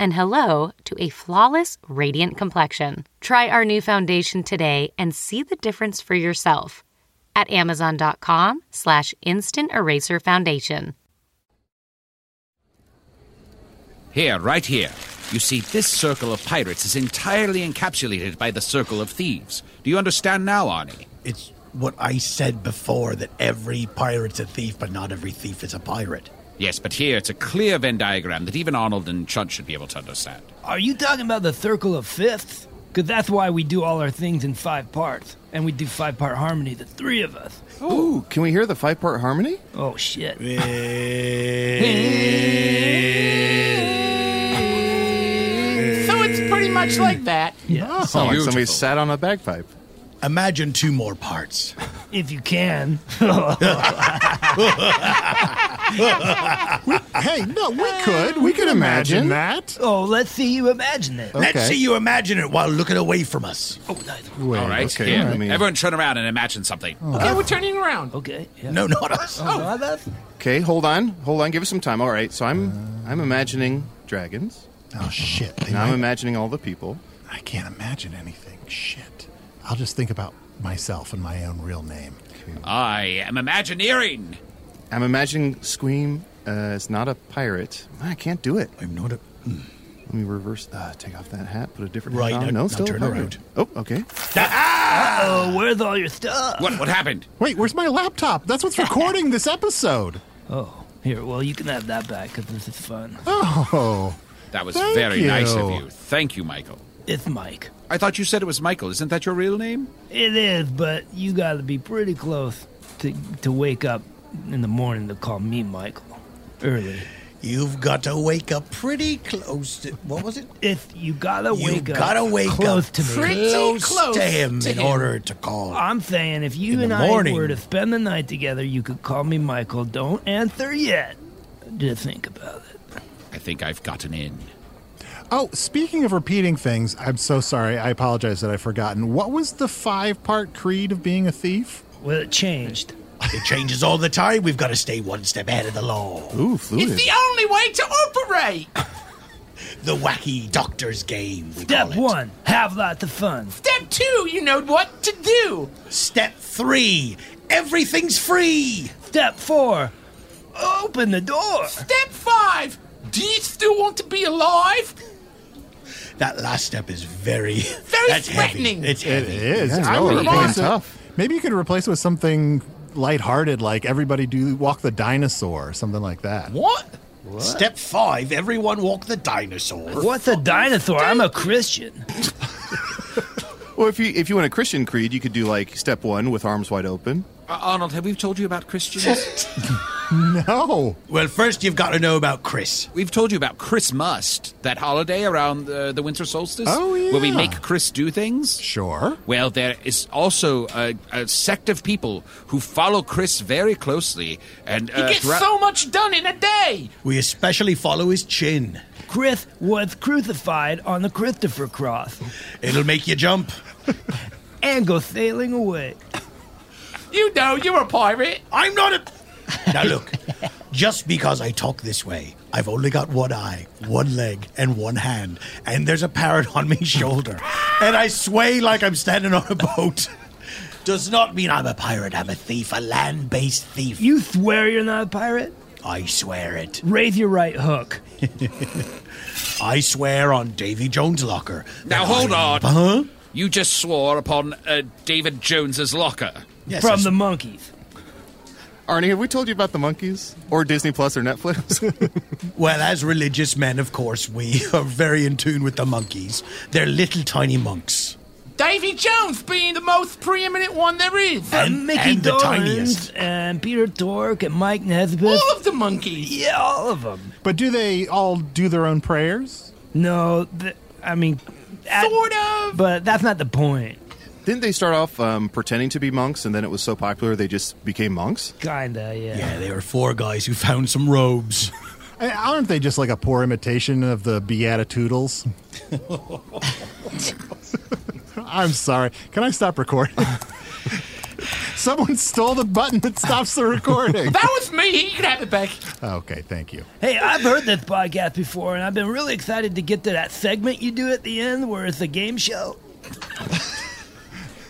Speaker 11: and hello to a flawless, radiant complexion. Try our new foundation today and see the difference for yourself at amazon.com slash instant eraser foundation.
Speaker 4: Here, right here. You see, this circle of pirates is entirely encapsulated by the circle of thieves. Do you understand now, Arnie?
Speaker 6: It's what I said before that every pirate's a thief, but not every thief is a pirate.
Speaker 4: Yes, but here it's a clear Venn diagram that even Arnold and Chunt should be able to understand.
Speaker 5: Are you talking about the circle of fifths? Because that's why we do all our things in five parts. And we do five part harmony, the three of us.
Speaker 3: Ooh, can we hear the five part harmony?
Speaker 5: Oh, shit.
Speaker 7: so it's pretty much like that.
Speaker 2: Oh.
Speaker 5: Yeah.
Speaker 3: Sound like somebody sat on a bagpipe.
Speaker 6: Imagine two more parts.
Speaker 5: If you can.
Speaker 2: Hey, no, we could. We could imagine that.
Speaker 5: Oh, let's see you imagine it.
Speaker 6: Let's see you imagine it while looking away from us.
Speaker 5: Oh,
Speaker 2: Wait,
Speaker 4: all right,
Speaker 6: okay,
Speaker 4: here.
Speaker 6: I mean-
Speaker 4: Everyone turn around and imagine something.
Speaker 7: Okay, we're turning around. Oh.
Speaker 5: Okay.
Speaker 6: No, not us.
Speaker 3: Okay, hold on, hold on. Give us some time. All right, so I'm I'm imagining dragons.
Speaker 2: Oh shit!
Speaker 3: And I'm imagining all the people.
Speaker 2: I can't imagine anything. Shit. I'll just think about myself and my own real name.
Speaker 4: I am imagineering.
Speaker 3: I'm imagining Scream uh, is not a pirate. Ah, I can't do it. I'm not a. Let me reverse. Uh, take off that hat. Put a different
Speaker 6: Hmm. Right,
Speaker 3: hat on.
Speaker 6: now-
Speaker 3: no,
Speaker 6: now
Speaker 3: still a
Speaker 6: turn
Speaker 3: pirate.
Speaker 6: around.
Speaker 3: Oh, okay.
Speaker 5: Uh oh, where's all your stuff?
Speaker 4: What? What happened?
Speaker 2: Wait, where's my laptop? That's what's recording this episode.
Speaker 5: Oh, here. Well, you can have that back because this is fun.
Speaker 2: Oh.
Speaker 4: That was
Speaker 5: Thank
Speaker 4: very nice of
Speaker 5: you.
Speaker 4: you. Thank you, Michael.
Speaker 5: It's Mike.
Speaker 4: I thought you said it was Michael. Isn't that your real name?
Speaker 5: It is, but you got to be pretty close to to wake up in the morning to call me Michael early.
Speaker 6: You've got to wake up pretty close to what was it?
Speaker 5: If you gotta
Speaker 6: You
Speaker 5: wake up,
Speaker 6: gotta wake
Speaker 5: close
Speaker 6: up
Speaker 5: to me,
Speaker 6: pretty Close close to him to in him. order to call.
Speaker 5: Oh, I'm saying if you
Speaker 6: In the
Speaker 5: and I
Speaker 6: morning.
Speaker 5: were to spend the night together, you could call me Michael. Don't answer yet. Just think about it.
Speaker 4: I think I've gotten in.
Speaker 2: Oh, speaking of repeating things, I'm so sorry. I apologize that I've forgotten. What was the five part creed of being a thief?
Speaker 5: Well, it changed.
Speaker 6: It changes all the time. We've got to stay one step ahead of the law.
Speaker 2: Ooh,
Speaker 7: It's the only way to operate.
Speaker 6: The wacky doctor's game. we
Speaker 5: Step
Speaker 6: call it.
Speaker 5: one: have lots of fun.
Speaker 7: Step two, you know what to do.
Speaker 6: Step three, everything's free.
Speaker 5: Step four, open the door.
Speaker 7: Step five, do you still want to be alive?
Speaker 6: That last step is very,
Speaker 7: Very
Speaker 6: that's heavy.
Speaker 7: threatening.
Speaker 6: It's heavy.
Speaker 2: It is. I would replace it- Maybe you could replace it with something lighthearted, like everybody do walk the dinosaur, or something like that.
Speaker 6: What? Step five, everyone walk the dinosaur.
Speaker 5: What's a dinosaur? I'm a Christian.
Speaker 3: Well, if you if you want a Christian creed, you could do like step one with arms wide open.
Speaker 4: Uh, Arnold, have we told you about Christians?
Speaker 2: no.
Speaker 6: Well, first you've got to know about Chris.
Speaker 4: We've told you about Chris Must, that holiday around the, the winter solstice.
Speaker 6: Oh,
Speaker 4: Where we
Speaker 6: yeah.
Speaker 4: make Chris do things.
Speaker 2: Sure.
Speaker 4: Well, there is also a, a sect of people who follow Chris very closely. and
Speaker 7: He
Speaker 4: uh,
Speaker 7: gets
Speaker 4: throughout-
Speaker 7: so much done in a day.
Speaker 6: We especially follow his chin.
Speaker 5: Chris was crucified on the Christopher cross
Speaker 6: It'll make you jump.
Speaker 5: and go sailing away.
Speaker 7: You know, you're a pirate.
Speaker 6: I'm not a. Now look, just because I talk this way, I've only got one eye, one leg, and one hand, and there's a parrot on my shoulder, and I sway like I'm standing on a boat. Does not mean I'm a pirate. I'm a thief, a land-based thief.
Speaker 5: You swear you're not a pirate?
Speaker 6: I swear it.
Speaker 5: Raise your right hook.
Speaker 6: I swear on Davy Jones' locker.
Speaker 4: Now hold on.
Speaker 6: Huh?
Speaker 4: You just swore upon uh, David Jones's locker.
Speaker 5: From the monkeys.
Speaker 3: Arnie, have we told you about the monkeys or Disney Plus or Netflix?
Speaker 6: Well, as religious men, of course, we are very in tune with the monkeys. They're little tiny monks.
Speaker 7: Davy Jones being the most preeminent one there is.
Speaker 5: And Mickey Dolenz and Peter Tork and Mike Nesbitt.
Speaker 7: All of the monkeys.
Speaker 5: Yeah, all of them.
Speaker 2: But do they all do their own prayers?
Speaker 5: No, th- I mean, sort
Speaker 7: of.
Speaker 5: But that's not the point.
Speaker 3: Didn't they start off um, pretending to be monks, and then it was so popular they just became monks?
Speaker 5: Kinda, yeah.
Speaker 6: they were four guys who found some robes.
Speaker 2: I- Aren't they just like a poor imitation of the Beatitudes? I'm sorry. Can I stop recording? Someone stole the button that stops the recording.
Speaker 7: That was me. You can have it back.
Speaker 2: okay, thank you.
Speaker 5: Hey, I've heard this podcast before, and I've been really excited to get to that segment you do at the end where it's a game show.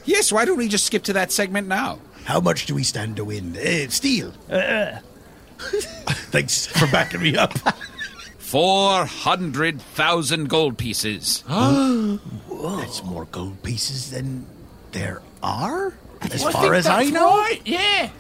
Speaker 4: Yes, why don't we just skip to that segment now?
Speaker 6: How much do we stand to win? Eh, steal.
Speaker 5: Uh,
Speaker 6: Thanks for backing me up.
Speaker 4: 400,000 gold pieces.
Speaker 6: That's more gold pieces than there are, as
Speaker 7: Well, I
Speaker 6: far
Speaker 7: think
Speaker 6: as I
Speaker 7: that's
Speaker 6: know.
Speaker 7: right, Yeah.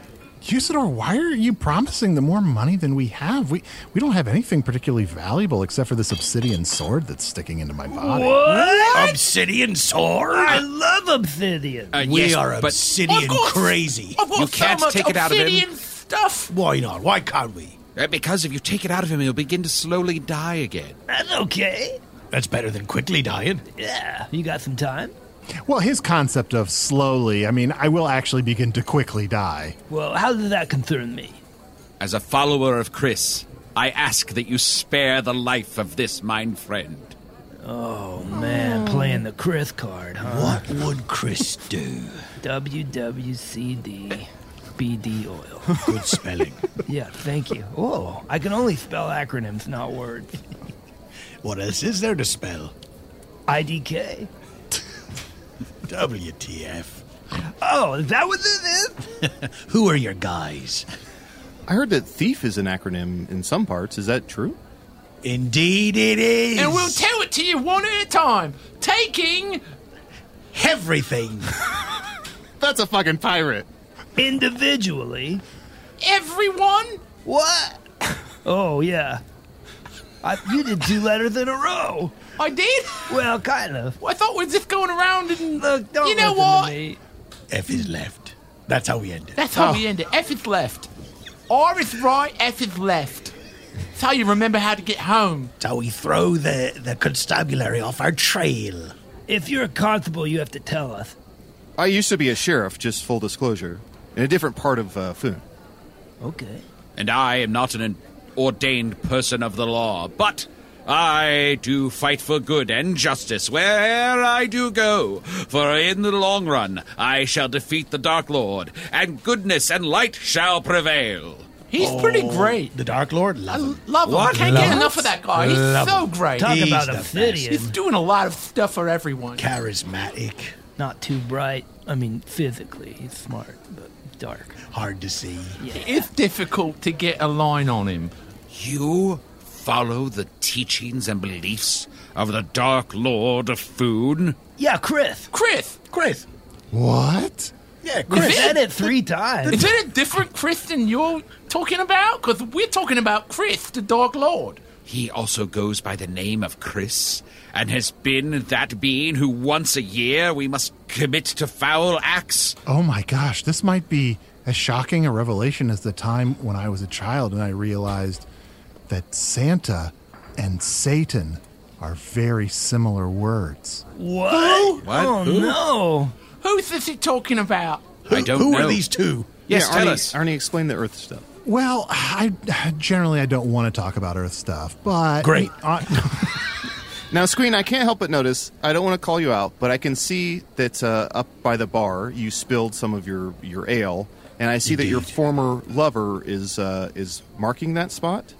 Speaker 2: Usador, why are you promising the more money than we have? We we don't have anything particularly valuable except for this obsidian sword that's sticking into my body.
Speaker 5: What?
Speaker 6: Obsidian sword?
Speaker 5: I love obsidian.
Speaker 4: Uh,
Speaker 6: we
Speaker 4: yes,
Speaker 6: are
Speaker 4: but-
Speaker 6: obsidian
Speaker 4: I've got-
Speaker 6: crazy.
Speaker 4: I've got You so can't much take it out of him. obsidian
Speaker 7: stuff.
Speaker 6: Why not? Why can't we?
Speaker 4: Uh, Because if you take it out of him, he'll begin to slowly die again.
Speaker 5: That's okay.
Speaker 6: That's better than quickly dying.
Speaker 5: Yeah. You got some time?
Speaker 2: Well, his concept of slowly, I mean, I will actually begin to quickly die.
Speaker 5: Well, how does that concern me?
Speaker 4: As a follower of Chris, I ask that you spare the life of this mine friend.
Speaker 5: Oh man, playing the Chris card, huh? What would Chris do? WWCD BD oil. Good spelling. yeah, thank you. Oh, I can only spell acronyms, not words.
Speaker 6: What else is there to spell?
Speaker 5: IDK.
Speaker 6: WTF.
Speaker 5: Oh, is that what this is?
Speaker 6: Who are your guys?
Speaker 3: I heard that thief is an acronym in some parts. Is that true?
Speaker 6: Indeed, it is.
Speaker 7: And we'll tell it to you one at a time. Taking
Speaker 6: everything.
Speaker 3: That's a fucking pirate.
Speaker 5: Individually.
Speaker 7: everyone.
Speaker 5: What? Oh yeah. I, you did two letters in a row.
Speaker 7: I did.
Speaker 5: Well, kind of.
Speaker 7: I thought we was just going around and
Speaker 5: don't
Speaker 7: you know
Speaker 5: listen to
Speaker 7: what?
Speaker 6: F is left. That's how we end it.
Speaker 7: That's how
Speaker 6: Oh.
Speaker 7: we end it. F is left. R is right. F is left. That's how you remember how to get home.
Speaker 6: That's how we throw the, the constabulary off our trail.
Speaker 5: If you're a constable, you have to tell us.
Speaker 3: I used to be a sheriff, just full disclosure, in a different part of uh, Foon.
Speaker 5: Okay.
Speaker 4: and I am not an ordained person of the law, but I do fight for good and justice where I do go. For in the long run, I shall defeat the Dark Lord, and goodness and light shall prevail.
Speaker 7: He's pretty great.
Speaker 6: The Dark Lord, love
Speaker 7: him. Love him. I
Speaker 4: What?
Speaker 7: can't
Speaker 4: Love
Speaker 7: get
Speaker 4: him?
Speaker 7: enough of that guy. He's
Speaker 6: Love
Speaker 7: so
Speaker 6: him.
Speaker 7: great.
Speaker 6: Talk
Speaker 5: He's about the
Speaker 7: obsidian.
Speaker 5: obsidian.
Speaker 7: He's doing a lot of stuff for everyone.
Speaker 6: Charismatic.
Speaker 5: Not too bright. I mean, physically, he's smart, but dark.
Speaker 6: Hard to see.
Speaker 7: It's difficult to get a line on him.
Speaker 4: You follow the teachings and beliefs of the Dark Lord of Food?
Speaker 5: Yeah, Chris.
Speaker 7: Chris.
Speaker 6: Chris.
Speaker 3: What?
Speaker 6: Yeah,
Speaker 5: Chris. said it three times.
Speaker 7: Is it a different Chris than you're talking about? Because we're talking about Chris, the Dark Lord.
Speaker 4: He also goes by the name of Chris, and has been that being who once a year we must commit to foul acts.
Speaker 2: Oh my gosh, this might be as shocking a revelation as the time when I was a child and I realized that Santa and Satan are very similar words.
Speaker 5: What?
Speaker 7: Who?
Speaker 2: What? Oh, Who?
Speaker 5: no.
Speaker 7: Who's this he talking about?
Speaker 3: I don't
Speaker 2: who are know. these two? Yes,
Speaker 3: yeah,
Speaker 2: tell
Speaker 3: Arnie,
Speaker 2: us.
Speaker 3: Arnie, explain the Earth stuff.
Speaker 2: Well, I generally I don't want to talk about Earth stuff, but
Speaker 3: Great.
Speaker 2: Uh,
Speaker 3: Now, Screen, I can't help but notice. I don't want to call you out, but I can see that uh, up by the bar, you spilled some of your, your ale, and I see that your former lover is uh, is marking that spot.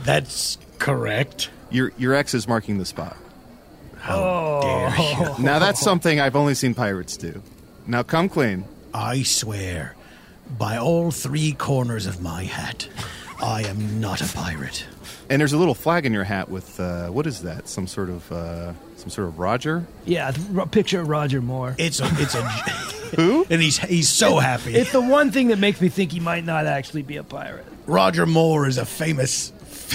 Speaker 6: That's correct.
Speaker 3: Your your ex is marking the spot.
Speaker 5: How
Speaker 6: dare you?
Speaker 3: Now that's something I've only seen pirates do. Now come clean.
Speaker 6: I swear, by all three corners of my hat, I am not a pirate.
Speaker 3: And there's a little flag in your hat with uh, what is that? Some sort of uh, some sort of Roger.
Speaker 5: Yeah, th- ro- picture of Roger Moore.
Speaker 6: It's a, it's a
Speaker 3: who?
Speaker 6: And he's he's so happy.
Speaker 5: It's the one thing that makes me think he might not actually be a pirate.
Speaker 6: Roger Moore is a famous.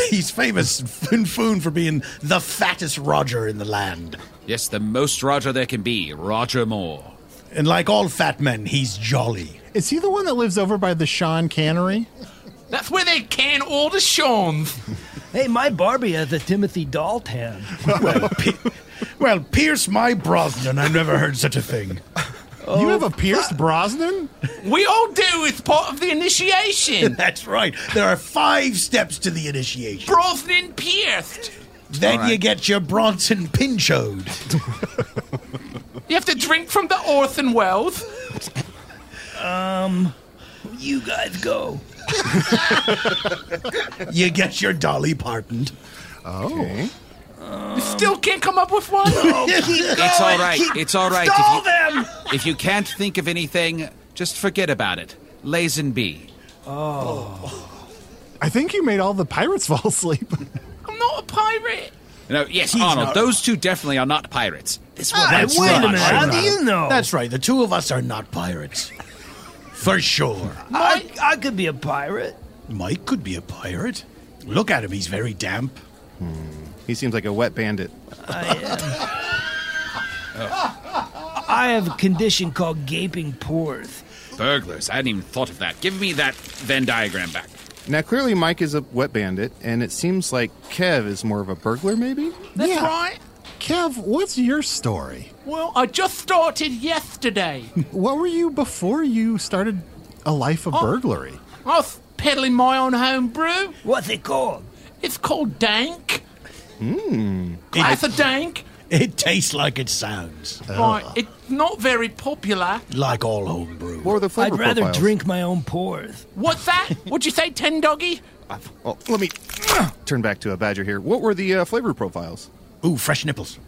Speaker 6: He's famous in Foon for being the fattest Roger in the land.
Speaker 4: Yes, the most Roger there can be, Roger Moore.
Speaker 6: And like all fat men, he's jolly.
Speaker 2: is he the one that lives over by the Sean Cannery?
Speaker 7: That's where they can all the Sean's.
Speaker 5: hey, my Barbie has a Timothy Dalton.
Speaker 6: well, P- well, Pierce my Brosnan. I've never heard such a thing.
Speaker 2: you have a pierced Brosnan?
Speaker 7: We all do. It's part of the initiation.
Speaker 6: That's right. There are five steps to the initiation.
Speaker 7: Brosnan pierced.
Speaker 6: Then
Speaker 7: All right.
Speaker 6: you get your Bronson pinchoed.
Speaker 7: You have to drink from the Orson Wells.
Speaker 5: Um, you guys go.
Speaker 6: you get your Dolly Parton.
Speaker 2: Oh.
Speaker 7: You still can't come up with one?
Speaker 4: It's all right. It's all right.
Speaker 7: Stall
Speaker 4: if you, If you can't think of anything, just forget about it. Lazenby.
Speaker 2: Oh. I think you made all the pirates fall asleep.
Speaker 7: I'm not a pirate.
Speaker 4: No, yes,
Speaker 6: He's
Speaker 4: Arnold.
Speaker 6: not-
Speaker 4: Those two definitely are not pirates. This
Speaker 6: Well, that's right.
Speaker 5: How do you know?
Speaker 6: That's right. The two of us are not pirates. For sure.
Speaker 5: I, I could be a pirate.
Speaker 6: Mike could be a pirate. Look at him. He's very damp.
Speaker 3: He seems like a wet bandit.
Speaker 5: I have a condition called gaping pores.
Speaker 4: Burglars. I hadn't even thought of that. Give me that Venn diagram back.
Speaker 3: Now clearly Mike is a wet bandit, and it seems like Kev is more of a burglar, maybe.
Speaker 7: That's right.
Speaker 2: Kev, what's your story?
Speaker 7: Well, I just started yesterday.
Speaker 2: what were you before you started a life of burglary?
Speaker 7: I was peddling my own home brew. What's it called? It's called Dank.
Speaker 5: Hmm.
Speaker 6: Mmm.
Speaker 7: Glass of Dank.
Speaker 6: It tastes like it sounds.
Speaker 5: Oh.
Speaker 7: Right, it's not very popular.
Speaker 6: Like all homebrew.
Speaker 3: What are the
Speaker 6: flavor
Speaker 5: I'd rather
Speaker 6: profiles?
Speaker 5: drink my own pours.
Speaker 7: What's that? Would you say ten doggy?
Speaker 3: Well, Oh, let me turn back to a badger here. What were the uh, flavor profiles?
Speaker 6: Ooh, fresh nipples.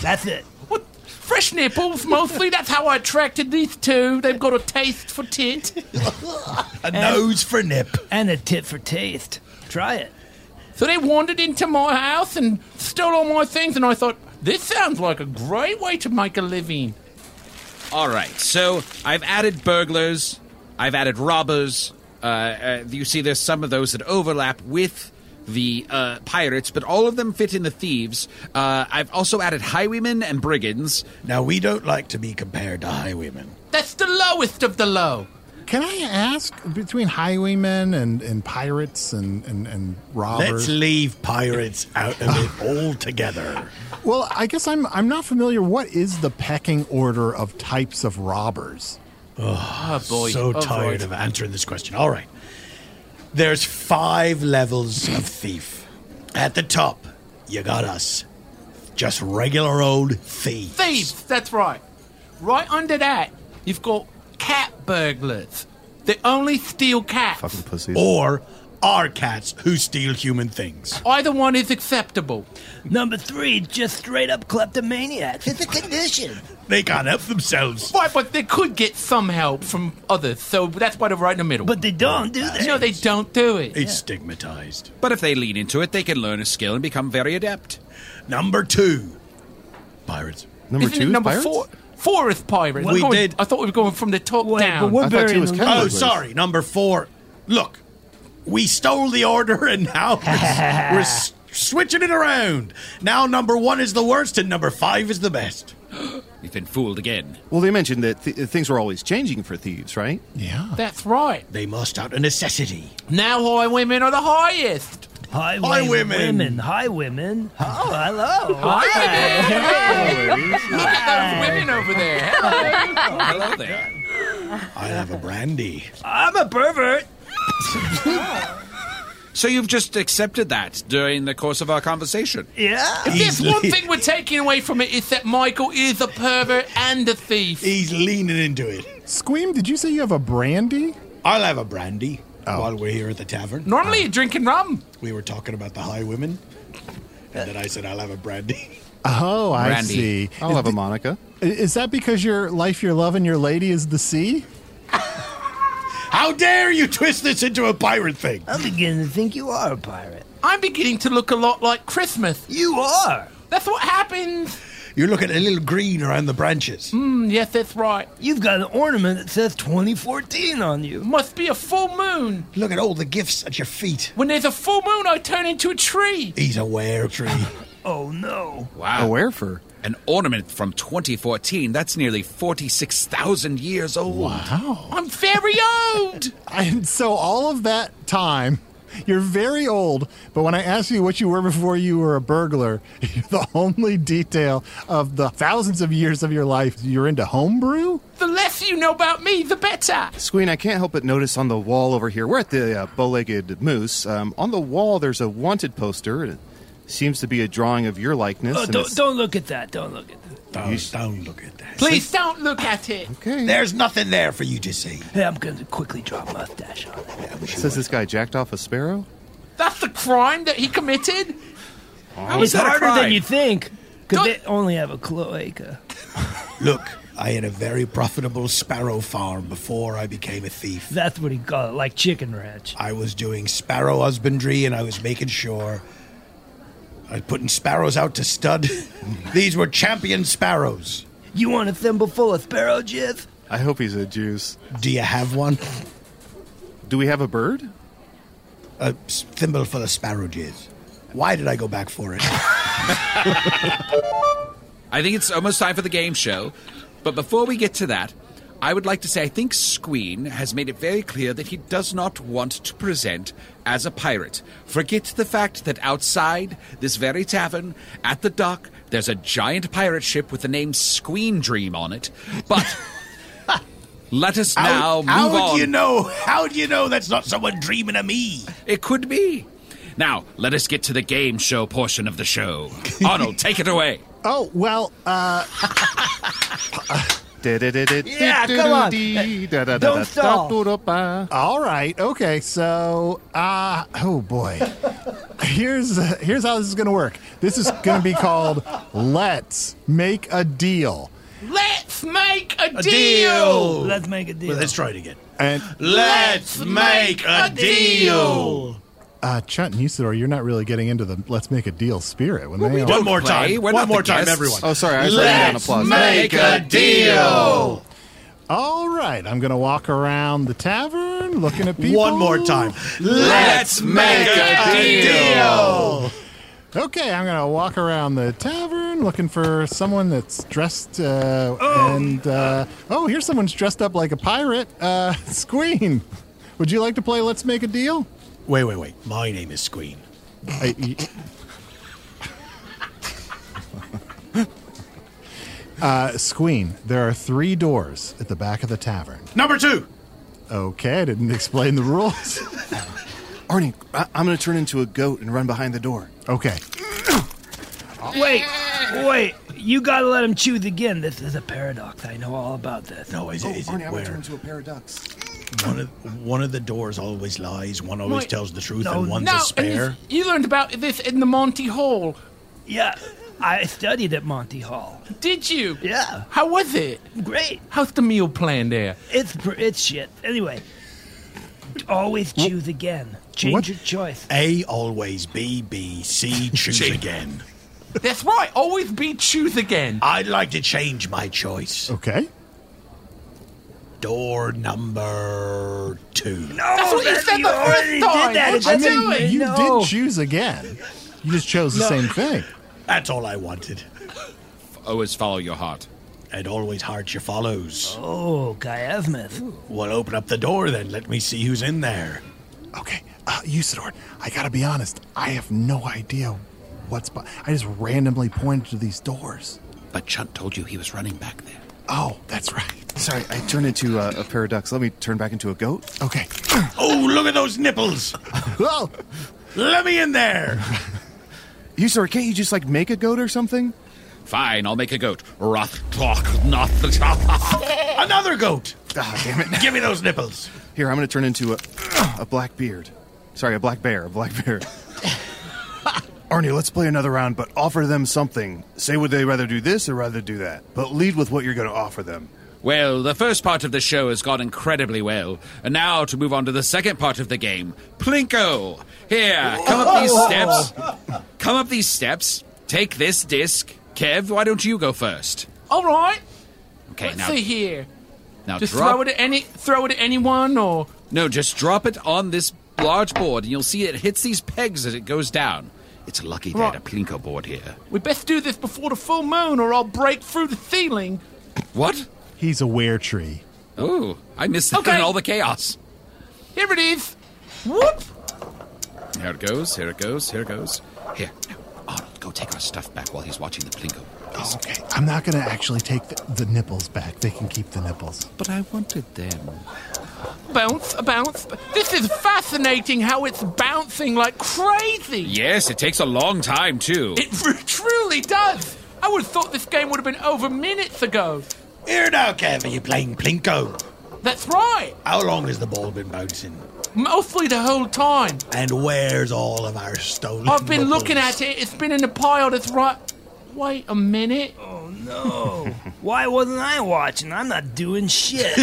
Speaker 7: That's it. What? Fresh nipples, mostly. That's how I attracted these two. They've got a taste for tit.
Speaker 6: A nose for nip.
Speaker 5: And a tit for taste. Try it.
Speaker 7: So they wandered into my house and stole all my things, and I thought, this sounds like a great way to make a living.
Speaker 4: All right. So I've added burglars. I've added robbers. Uh, uh, you see, there's some of those that overlap with the uh, pirates, but all of them fit in the thieves. Uh, I've also added highwaymen and brigands.
Speaker 6: Now we don't like to be compared to highwaymen.
Speaker 7: That's the lowest of the low.
Speaker 2: Can I ask between highwaymen and, and pirates and, and, and robbers?
Speaker 6: Let's leave pirates out of it altogether.
Speaker 2: Well, I guess I'm I'm not familiar. What is the pecking order of types of robbers?
Speaker 6: Oh, So tired of answering this question. All right. There's five levels of thief. At the top, you got us. Just regular old thief.
Speaker 7: Thieves, that's right. Right under that, you've got cat burglars. They only steal cats. Fucking
Speaker 3: pussies.
Speaker 6: Or our cats who steal human things.
Speaker 7: Either one is acceptable.
Speaker 5: Number three, just straight up kleptomaniacs. It's a condition.
Speaker 6: They can't help themselves.
Speaker 7: Right, but they could get some help from others, so that's why they're right in the middle. But
Speaker 5: they don't, do
Speaker 7: they? No, they don't do it.
Speaker 6: It's stigmatized.
Speaker 4: But if they lean into it, they can learn a skill and become very adept.
Speaker 6: Number two, pirates.
Speaker 7: Isn't it number four? Four is pirates.
Speaker 6: We
Speaker 7: We're going-
Speaker 6: did-
Speaker 7: I thought we were going from the top down.
Speaker 6: Oh, sorry. Number four. Look, we stole the order and now we're, s- we're s- switching it around. Now number one is the worst and number five is the best.
Speaker 4: You've been fooled again.
Speaker 3: Well, they mentioned that th- things were always changing for thieves, right?
Speaker 2: Yeah.
Speaker 7: That's right.
Speaker 6: They must out of necessity.
Speaker 7: Now highwaymen are the highest.
Speaker 5: Highwaymen. Women. High women. Oh, hello.
Speaker 7: Look at those women over there. Hello.
Speaker 4: Hello there.
Speaker 6: I have a brandy.
Speaker 5: I'm a pervert.
Speaker 4: So you've just accepted that during the course of our conversation.
Speaker 5: Yeah.
Speaker 7: If there's
Speaker 4: Easily.
Speaker 7: one thing we're taking away from it, it's that Michael is a pervert and a thief.
Speaker 6: He's leaning into it.
Speaker 2: Squeam, did you say you have a brandy? Oh.
Speaker 6: I'll have a brandy while we're here at the tavern.
Speaker 7: Normally you're drinking rum.
Speaker 6: We were talking about the high women. And then I said, I'll have a brandy.
Speaker 2: Oh, I
Speaker 6: Brandy.
Speaker 2: see.
Speaker 6: I'll have a
Speaker 3: Monica.
Speaker 2: Is that because your life, your love, and your lady is the sea?
Speaker 6: How dare you twist this into a pirate thing?
Speaker 5: I'm beginning to think you are a pirate.
Speaker 7: I'm beginning to look a lot like Christmas.
Speaker 5: You are.
Speaker 7: That's what happens.
Speaker 6: You're looking at a little green around the branches.
Speaker 7: Mm, yes, that's right.
Speaker 5: You've got an ornament that says 2014 on you.
Speaker 7: Must be a full moon.
Speaker 6: Look at all the gifts at your feet.
Speaker 7: When there's a full moon, I turn into a tree.
Speaker 6: He's a were tree.
Speaker 5: Oh no.
Speaker 4: Wow.
Speaker 3: A werfer.
Speaker 4: An ornament from 2014. That's nearly 46,000 years old.
Speaker 2: Wow.
Speaker 7: I'm very old.
Speaker 2: And so all of that time, you're very old. But when I asked you what you were before you were a burglar, the only detail of the thousands of years of your life, you're into homebrew.
Speaker 7: The less you know about me, the better.
Speaker 3: Squeen, I can't help but notice on the wall over here, we're at the uh, bow-legged moose. Um, on the wall, there's a wanted poster. and It seems to be a drawing of your likeness.
Speaker 5: Oh,
Speaker 3: and
Speaker 5: don't,
Speaker 3: it's-
Speaker 5: don't look at that. Don't look at that.
Speaker 6: Don't, don't look at that.
Speaker 7: Please don't look at it.
Speaker 3: Okay.
Speaker 6: There's nothing there for you to see.
Speaker 5: Hey, I'm going to quickly draw a mustache on it.
Speaker 3: Says this guy jacked off a sparrow?
Speaker 7: That's the crime that he committed.
Speaker 6: Oh,
Speaker 3: How
Speaker 5: it's harder than you think. Because they only have a cloaca.
Speaker 6: Look, I had a very profitable sparrow farm before I became a thief.
Speaker 5: That's what he called it, like chicken ranch.
Speaker 6: I was doing sparrow husbandry and I was making sure I was putting sparrows out to stud. These were champion sparrows.
Speaker 5: You want a thimble full of sparrow jizz?
Speaker 3: I hope he's a juice.
Speaker 6: Do you have one?
Speaker 3: Do we have a bird?
Speaker 6: A s- thimble full of sparrow jizz. Why did I go back for it?
Speaker 4: I think it's almost time for the game show. But before we get to that, I would like to say I think Squeen has made it very clear that he does not want to present as a pirate. Forget the fact that outside this very tavern, at the dock, there's a giant pirate ship with the name Squeen Dream on it. But Let us now
Speaker 6: How,
Speaker 4: move
Speaker 6: how
Speaker 4: on.
Speaker 6: do you know? How do you know that's not someone dreaming of me?
Speaker 4: It could be. Now, let us get to the game show portion of the show. Arnold, take it away.
Speaker 2: Oh, well, uh,
Speaker 3: Yeah,
Speaker 2: come on.
Speaker 3: Don't stall.
Speaker 2: All right. Okay. So, uh, oh boy, here's uh, here's how this is going to work. This is going to be called "Let's Make a Deal."
Speaker 7: Let's make a,
Speaker 2: A
Speaker 7: deal.
Speaker 2: deal.
Speaker 12: Let's make a deal.
Speaker 2: Well, let's
Speaker 6: try it again.
Speaker 2: And
Speaker 6: Let's make a deal.
Speaker 2: uh, Chunt and Usador, you're not really getting into the "Let's Make a Deal" spirit. When
Speaker 6: Well, we
Speaker 2: they all-
Speaker 6: don't One more play. time. We're One not the more time, guests. everyone.
Speaker 3: Oh, sorry. I was writing down
Speaker 6: Let's
Speaker 3: applause.
Speaker 6: make a deal.
Speaker 2: All right, I'm going to walk around the tavern looking at people.
Speaker 6: One more time. Let's make a deal.
Speaker 2: Okay, I'm going to walk around the tavern looking for someone that's dressed. Uh, And uh, oh, here's someone's dressed up like a pirate. Uh, Squeen, would you like to play Let's Make a Deal?
Speaker 6: Wait, wait, wait. My name is Squeen.
Speaker 2: I- y- uh, Squeen, there are three doors at the back of the tavern.
Speaker 6: Number two.
Speaker 2: Okay, I didn't explain the rules.
Speaker 3: Arnie, I- I'm going to turn into a goat and run behind the door.
Speaker 2: Okay.
Speaker 6: Oh.
Speaker 5: Wait, wait. You gotta let him chew the gin. This is a paradox. I know all about this.
Speaker 6: No,
Speaker 3: Oh,
Speaker 6: is it, is it where
Speaker 3: into a paradox.
Speaker 6: one of, one of the doors always lies, one always
Speaker 7: Wait.
Speaker 6: tells the truth,
Speaker 7: No,
Speaker 6: and one's
Speaker 7: no,
Speaker 6: a
Speaker 7: and
Speaker 6: spare?
Speaker 7: you, you learned about this in the Monty Hall.
Speaker 5: Yeah, I studied at Monty Hall.
Speaker 7: Did you?
Speaker 5: Yeah.
Speaker 7: How was it?
Speaker 5: Great.
Speaker 7: How's the meal plan there?
Speaker 5: It's pr- it's shit. Anyway, always choose again. Change
Speaker 6: what?
Speaker 5: your choice.
Speaker 6: A always B, B, C, choose
Speaker 5: Gee.
Speaker 6: again.
Speaker 7: That's right. Always be choose again.
Speaker 6: I'd like to change my choice.
Speaker 2: Okay.
Speaker 6: Door number two. No,
Speaker 7: That's what you
Speaker 5: that-
Speaker 7: said
Speaker 5: you
Speaker 7: the
Speaker 5: already
Speaker 7: first
Speaker 5: did
Speaker 7: time.
Speaker 5: that.
Speaker 7: What
Speaker 5: It's
Speaker 7: you
Speaker 5: just-
Speaker 7: doing?
Speaker 5: I mean,
Speaker 2: you
Speaker 5: no.
Speaker 2: did choose again. You just chose the same thing.
Speaker 6: That's all I wanted.
Speaker 4: Always follow your heart.
Speaker 6: And always heart your follows.
Speaker 5: Oh, Chiasmus.
Speaker 6: Well, open up the door then. Let me see who's in there.
Speaker 2: Uh, Usador, I gotta be honest. I have no idea what's. bu- I just randomly pointed to these doors.
Speaker 4: But Chunt told you he was running back there.
Speaker 2: Oh, that's right.
Speaker 3: Sorry, I turned into a, a paradox. Let me turn back into a goat.
Speaker 2: Okay.
Speaker 6: Oh, look at those nipples.
Speaker 2: oh,
Speaker 6: Let me in there.
Speaker 3: You sir, can't you just like make a goat or something?
Speaker 4: Fine, I'll make a goat. Roth talk, not the top.
Speaker 6: Another goat.
Speaker 3: Ah, damn it.
Speaker 6: Give me those nipples.
Speaker 3: Here, I'm going to turn into a a black beard. Sorry, a black bear. A black bear. Arnie, let's play another round, but offer them something. Say would they rather do this or rather do that, but lead with what you're going to offer them.
Speaker 4: Well, the first part of the show has gone incredibly well. And now to move on to the second part of the game Plinko! Here, come up these steps. Come up these steps. Take this disc. Kev, why don't you go first?
Speaker 7: All right.
Speaker 4: Okay,
Speaker 7: Let's
Speaker 4: now.
Speaker 7: see here.
Speaker 4: Now
Speaker 7: Just
Speaker 4: drop
Speaker 7: throw it at any, throw it at anyone, or
Speaker 4: No, just drop it on this large board, and you'll see it hits these pegs as it goes down. It's lucky they had a plinko board here.
Speaker 7: we best do this before the full moon, or I'll break through the ceiling.
Speaker 4: What?
Speaker 2: He's a were tree.
Speaker 4: Oh, I missed that in all the chaos.
Speaker 7: Here it is. Whoop!
Speaker 4: Here it goes. Here it goes. Here it goes. Here, now, Arnold, go take our stuff back while he's watching the plinko.
Speaker 2: okay. I'm not gonna actually take the, the nipples back. They can keep the nipples.
Speaker 4: But I wanted them.
Speaker 7: Bounce, a bounce. This is fascinating how it's bouncing like crazy.
Speaker 4: Yes, it takes a long time too.
Speaker 7: It truly does. I would have thought this game would have been over minutes ago.
Speaker 6: Here now, Kev, are you playing Plinko?
Speaker 7: That's right.
Speaker 6: How long has the ball been bouncing?
Speaker 7: Mostly the whole time.
Speaker 6: And where's all of our stolen
Speaker 7: I've been
Speaker 6: nipples?
Speaker 7: looking at it. It's been in a pile that's right. Wait a minute.
Speaker 5: Oh no! Why wasn't I watching? I'm not doing shit.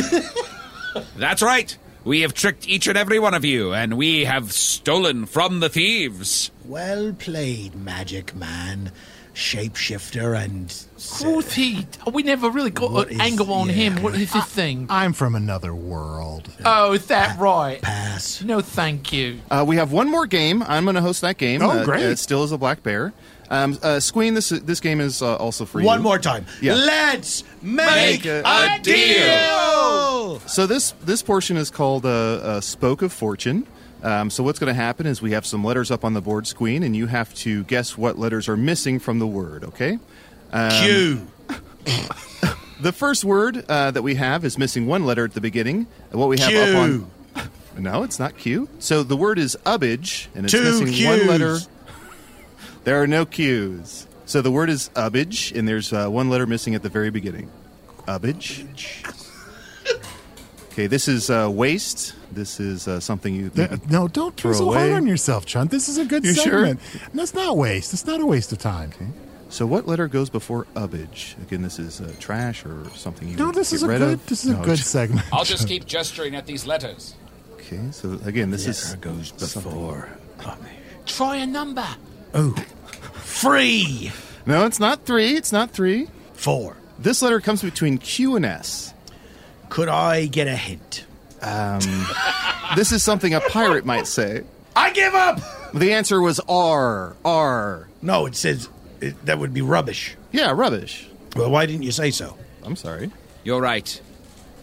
Speaker 4: That's right. We have tricked each and every one of you, and we have stolen from the thieves.
Speaker 6: Well played, Magic Man, Shapeshifter, and
Speaker 7: Cruelty. We never really got an angle on him. What is this thing?
Speaker 2: I'm from another world.
Speaker 7: Oh, is that right?
Speaker 6: Pass.
Speaker 7: No, thank you.
Speaker 3: Uh, we have one more game. I'm going to host that game.
Speaker 7: Oh,
Speaker 3: Uh,
Speaker 7: great.
Speaker 3: It still is a black bear. Um, uh, Squeen, this this game is uh, also for you.
Speaker 6: One more time.
Speaker 3: Yeah.
Speaker 6: Let's
Speaker 3: Make
Speaker 6: make,
Speaker 3: a-
Speaker 6: a,
Speaker 3: a
Speaker 6: deal.
Speaker 3: So this this portion is called uh, uh, Spoke of Fortune. Um, so what's going to happen is we have some letters up on the board, Squeen, and you have to guess what letters are missing from the word. Okay. Um,
Speaker 6: Q.
Speaker 3: The first word uh, that we have is missing one letter at the beginning. What we have up on. No, it's not Q. So the word is ubbage, and it's
Speaker 6: Two
Speaker 3: missing one
Speaker 6: Qs.
Speaker 3: letter. There are no Q's. So the word is ubbage, and there's uh, one letter missing at the very beginning. Ubbage. Okay, this is uh, waste. This is uh, something you.
Speaker 2: Th- no, don't
Speaker 3: Throw
Speaker 2: turn so hard
Speaker 3: away.
Speaker 2: on yourself, Chunt. This is a good
Speaker 3: You sure?
Speaker 2: segment. That's not waste. It's not a waste of time.
Speaker 3: So what letter goes before ubbage? Again, this is uh, trash or something you
Speaker 2: No,
Speaker 3: would
Speaker 2: this
Speaker 3: get
Speaker 2: is a
Speaker 3: rid
Speaker 2: good-
Speaker 3: of.
Speaker 2: this is a
Speaker 3: No,
Speaker 2: good
Speaker 3: just-
Speaker 2: segment.
Speaker 13: I'll just keep gesturing at these letters.
Speaker 3: Okay, so again, this is
Speaker 13: Letter
Speaker 3: goes before.
Speaker 7: Try a number.
Speaker 3: Free. No, it's not three. It's not three. Four. This letter comes between Q and S. Could I get a hint? Um, this is something a pirate might say.
Speaker 6: I give up.
Speaker 3: The answer was R. R.
Speaker 6: No, it says it, that would be rubbish.
Speaker 3: Yeah, rubbish.
Speaker 6: Well, why didn't you say so?
Speaker 3: I'm sorry.
Speaker 4: You're right.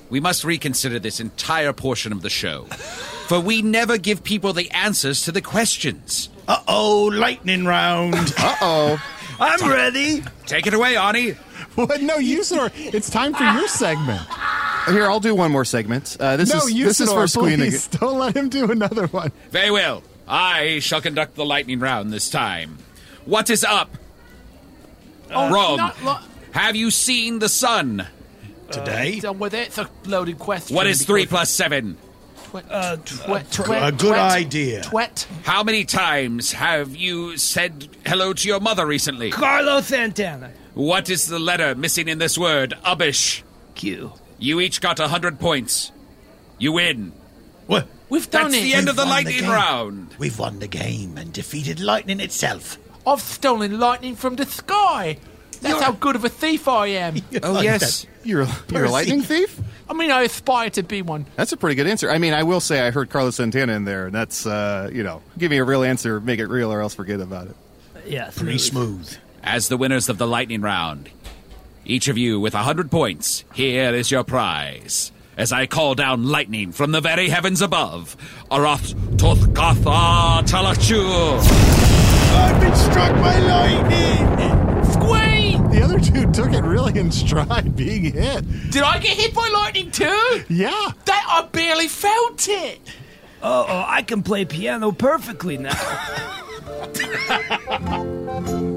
Speaker 4: We must reconsider this entire portion of the show. For we never give people the answers to the questions.
Speaker 6: Uh oh, lightning round.
Speaker 3: uh oh.
Speaker 6: I'm ready.
Speaker 4: Take it away, Arnie.
Speaker 2: What? No, Usador, it's time for your segment.
Speaker 3: Here, I'll do one more segment. Uh, this
Speaker 2: no,
Speaker 3: is
Speaker 2: Usador,
Speaker 3: this is for Squeen again.
Speaker 2: please. Don't let him do another one.
Speaker 4: Very well. I shall conduct the lightning round this time. What is up?
Speaker 7: Oh,
Speaker 4: Rob,
Speaker 7: not lo-
Speaker 4: have you seen the sun?
Speaker 7: Uh, so, well, that's a loaded question.
Speaker 4: What is three
Speaker 7: because-
Speaker 4: plus seven?
Speaker 7: Twet, twet,
Speaker 4: tw-
Speaker 7: twet,
Speaker 4: a good
Speaker 7: twet,
Speaker 4: idea.
Speaker 7: Twet.
Speaker 4: How many times have you said hello to your mother recently?
Speaker 5: Carlo Santana.
Speaker 4: What is the letter missing in this word? Ubbish.
Speaker 5: Q.
Speaker 4: You each got a hundred points. You win.
Speaker 6: What?
Speaker 4: We've That's the end of the lightning round.
Speaker 6: We've won the game and defeated lightning itself.
Speaker 7: I've stolen lightning from the sky. That's how good of a thief I am.
Speaker 3: Oh, yes. You're, you're a lightning thief?
Speaker 7: I mean, I aspire to be one.
Speaker 3: That's a pretty good answer. I mean, I will say I heard Carlos Santana in there, and that's uh, you know, give me a real answer, make it real, or else forget about it.
Speaker 5: Yeah.
Speaker 4: Pretty
Speaker 6: smooth.
Speaker 4: As the winners of the lightning round, each of you with a hundred points, here is your prize. As I call down lightning from the very heavens above, Arath Tothgatha Talachu.
Speaker 6: I've been struck by lightning.
Speaker 7: Squee!
Speaker 2: The other dude took it really in stride, being hit.
Speaker 7: Did I get hit by lightning too?
Speaker 2: Yeah.
Speaker 7: That I barely felt it.
Speaker 5: Oh, oh, I can play piano perfectly now.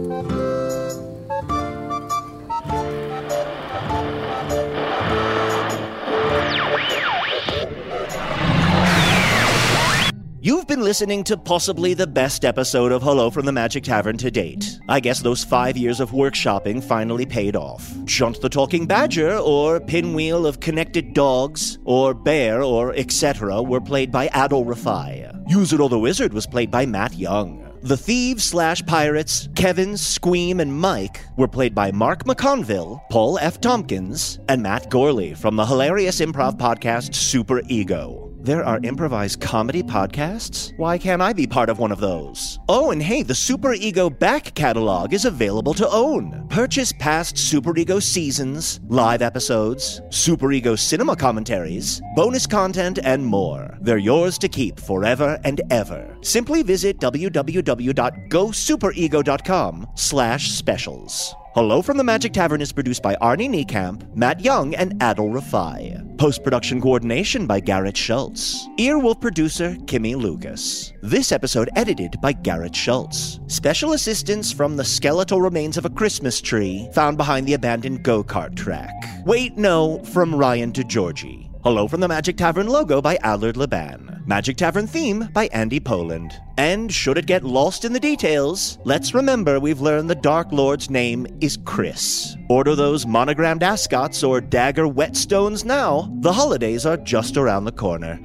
Speaker 1: You've been listening to possibly the best episode of Hello from the Magic Tavern to date. I guess those five years of workshopping finally paid off. Chunt the Talking Badger, or Pinwheel of Connected Dogs, or Bear, or etc. were played by Adol Rafai. Usador the Wizard was played by Matt Young. The thieves slash pirates, Kevin, Squeam, and Mike were played by Mark McConville, Paul F. Tompkins, and Matt Gorley from the hilarious improv podcast Super Ego. There are improvised comedy podcasts? Why can't I be part of one of those? Oh, and hey, the Super Ego back catalog is available to own. Purchase past Super Ego seasons, live episodes, Super Ego cinema commentaries, bonus content, and more. They're yours to keep forever and ever. Simply visit www.gosuperego.com slash specials. Hello from the Magic Tavern is produced by Arnie Niekamp, Matt Young, and Adil Rafai. Post production coordination by Garrett Schultz. Earwolf producer Kimmy Lucas. This episode edited by Garrett Schultz. Special assistance from the skeletal remains of a Christmas tree found behind the abandoned go kart track. Wait, no, from Ryan to Georgie. Hello from the Magic Tavern logo by Allard Leban. Magic Tavern theme by Andy Poland. And should it get lost in the details, let's remember we've learned the Dark Lord's name is Chris. Order those monogrammed ascots or dagger whetstones now. The holidays are just around the corner.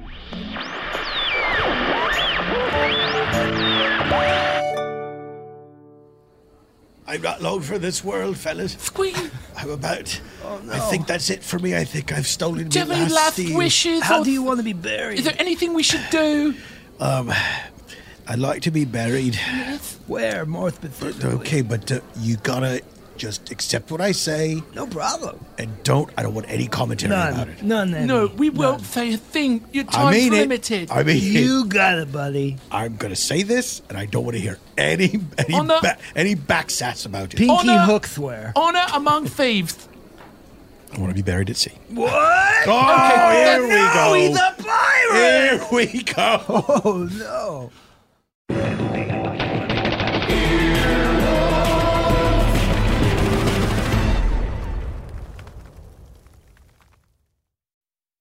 Speaker 6: I'm not long for this world, fellas.
Speaker 7: Squeak.
Speaker 6: I'm about.
Speaker 5: Oh,
Speaker 7: no.
Speaker 6: I think that's it for me. I think I've stolen
Speaker 7: Do you
Speaker 6: my
Speaker 7: have any
Speaker 6: last
Speaker 7: last
Speaker 6: steal.
Speaker 7: wishes?
Speaker 6: How
Speaker 7: or-
Speaker 6: do you want to be buried?
Speaker 7: Is there anything we should do?
Speaker 6: Um, I'd like to be buried.
Speaker 5: Where, more specifically?
Speaker 6: Okay, but uh, you gotta just accept what I say.
Speaker 5: No problem.
Speaker 6: And don't. I don't want any commentary about
Speaker 5: None.
Speaker 6: it.
Speaker 5: None. Andy.
Speaker 7: No, we won't say a thing. Your
Speaker 6: I
Speaker 7: time's
Speaker 6: mean it.
Speaker 7: limited.
Speaker 6: I mean it.
Speaker 5: You got it, buddy.
Speaker 6: I'm gonna say this, and I don't want to hear any any
Speaker 7: On the-
Speaker 6: ba- any backsass about it.
Speaker 7: Pinky On the- hook
Speaker 5: swear.
Speaker 7: Honor among thieves.
Speaker 14: I want to be buried at sea.
Speaker 6: What?
Speaker 14: Oh, here we go.
Speaker 6: He's a pirate.
Speaker 14: Here we go.
Speaker 6: Oh no.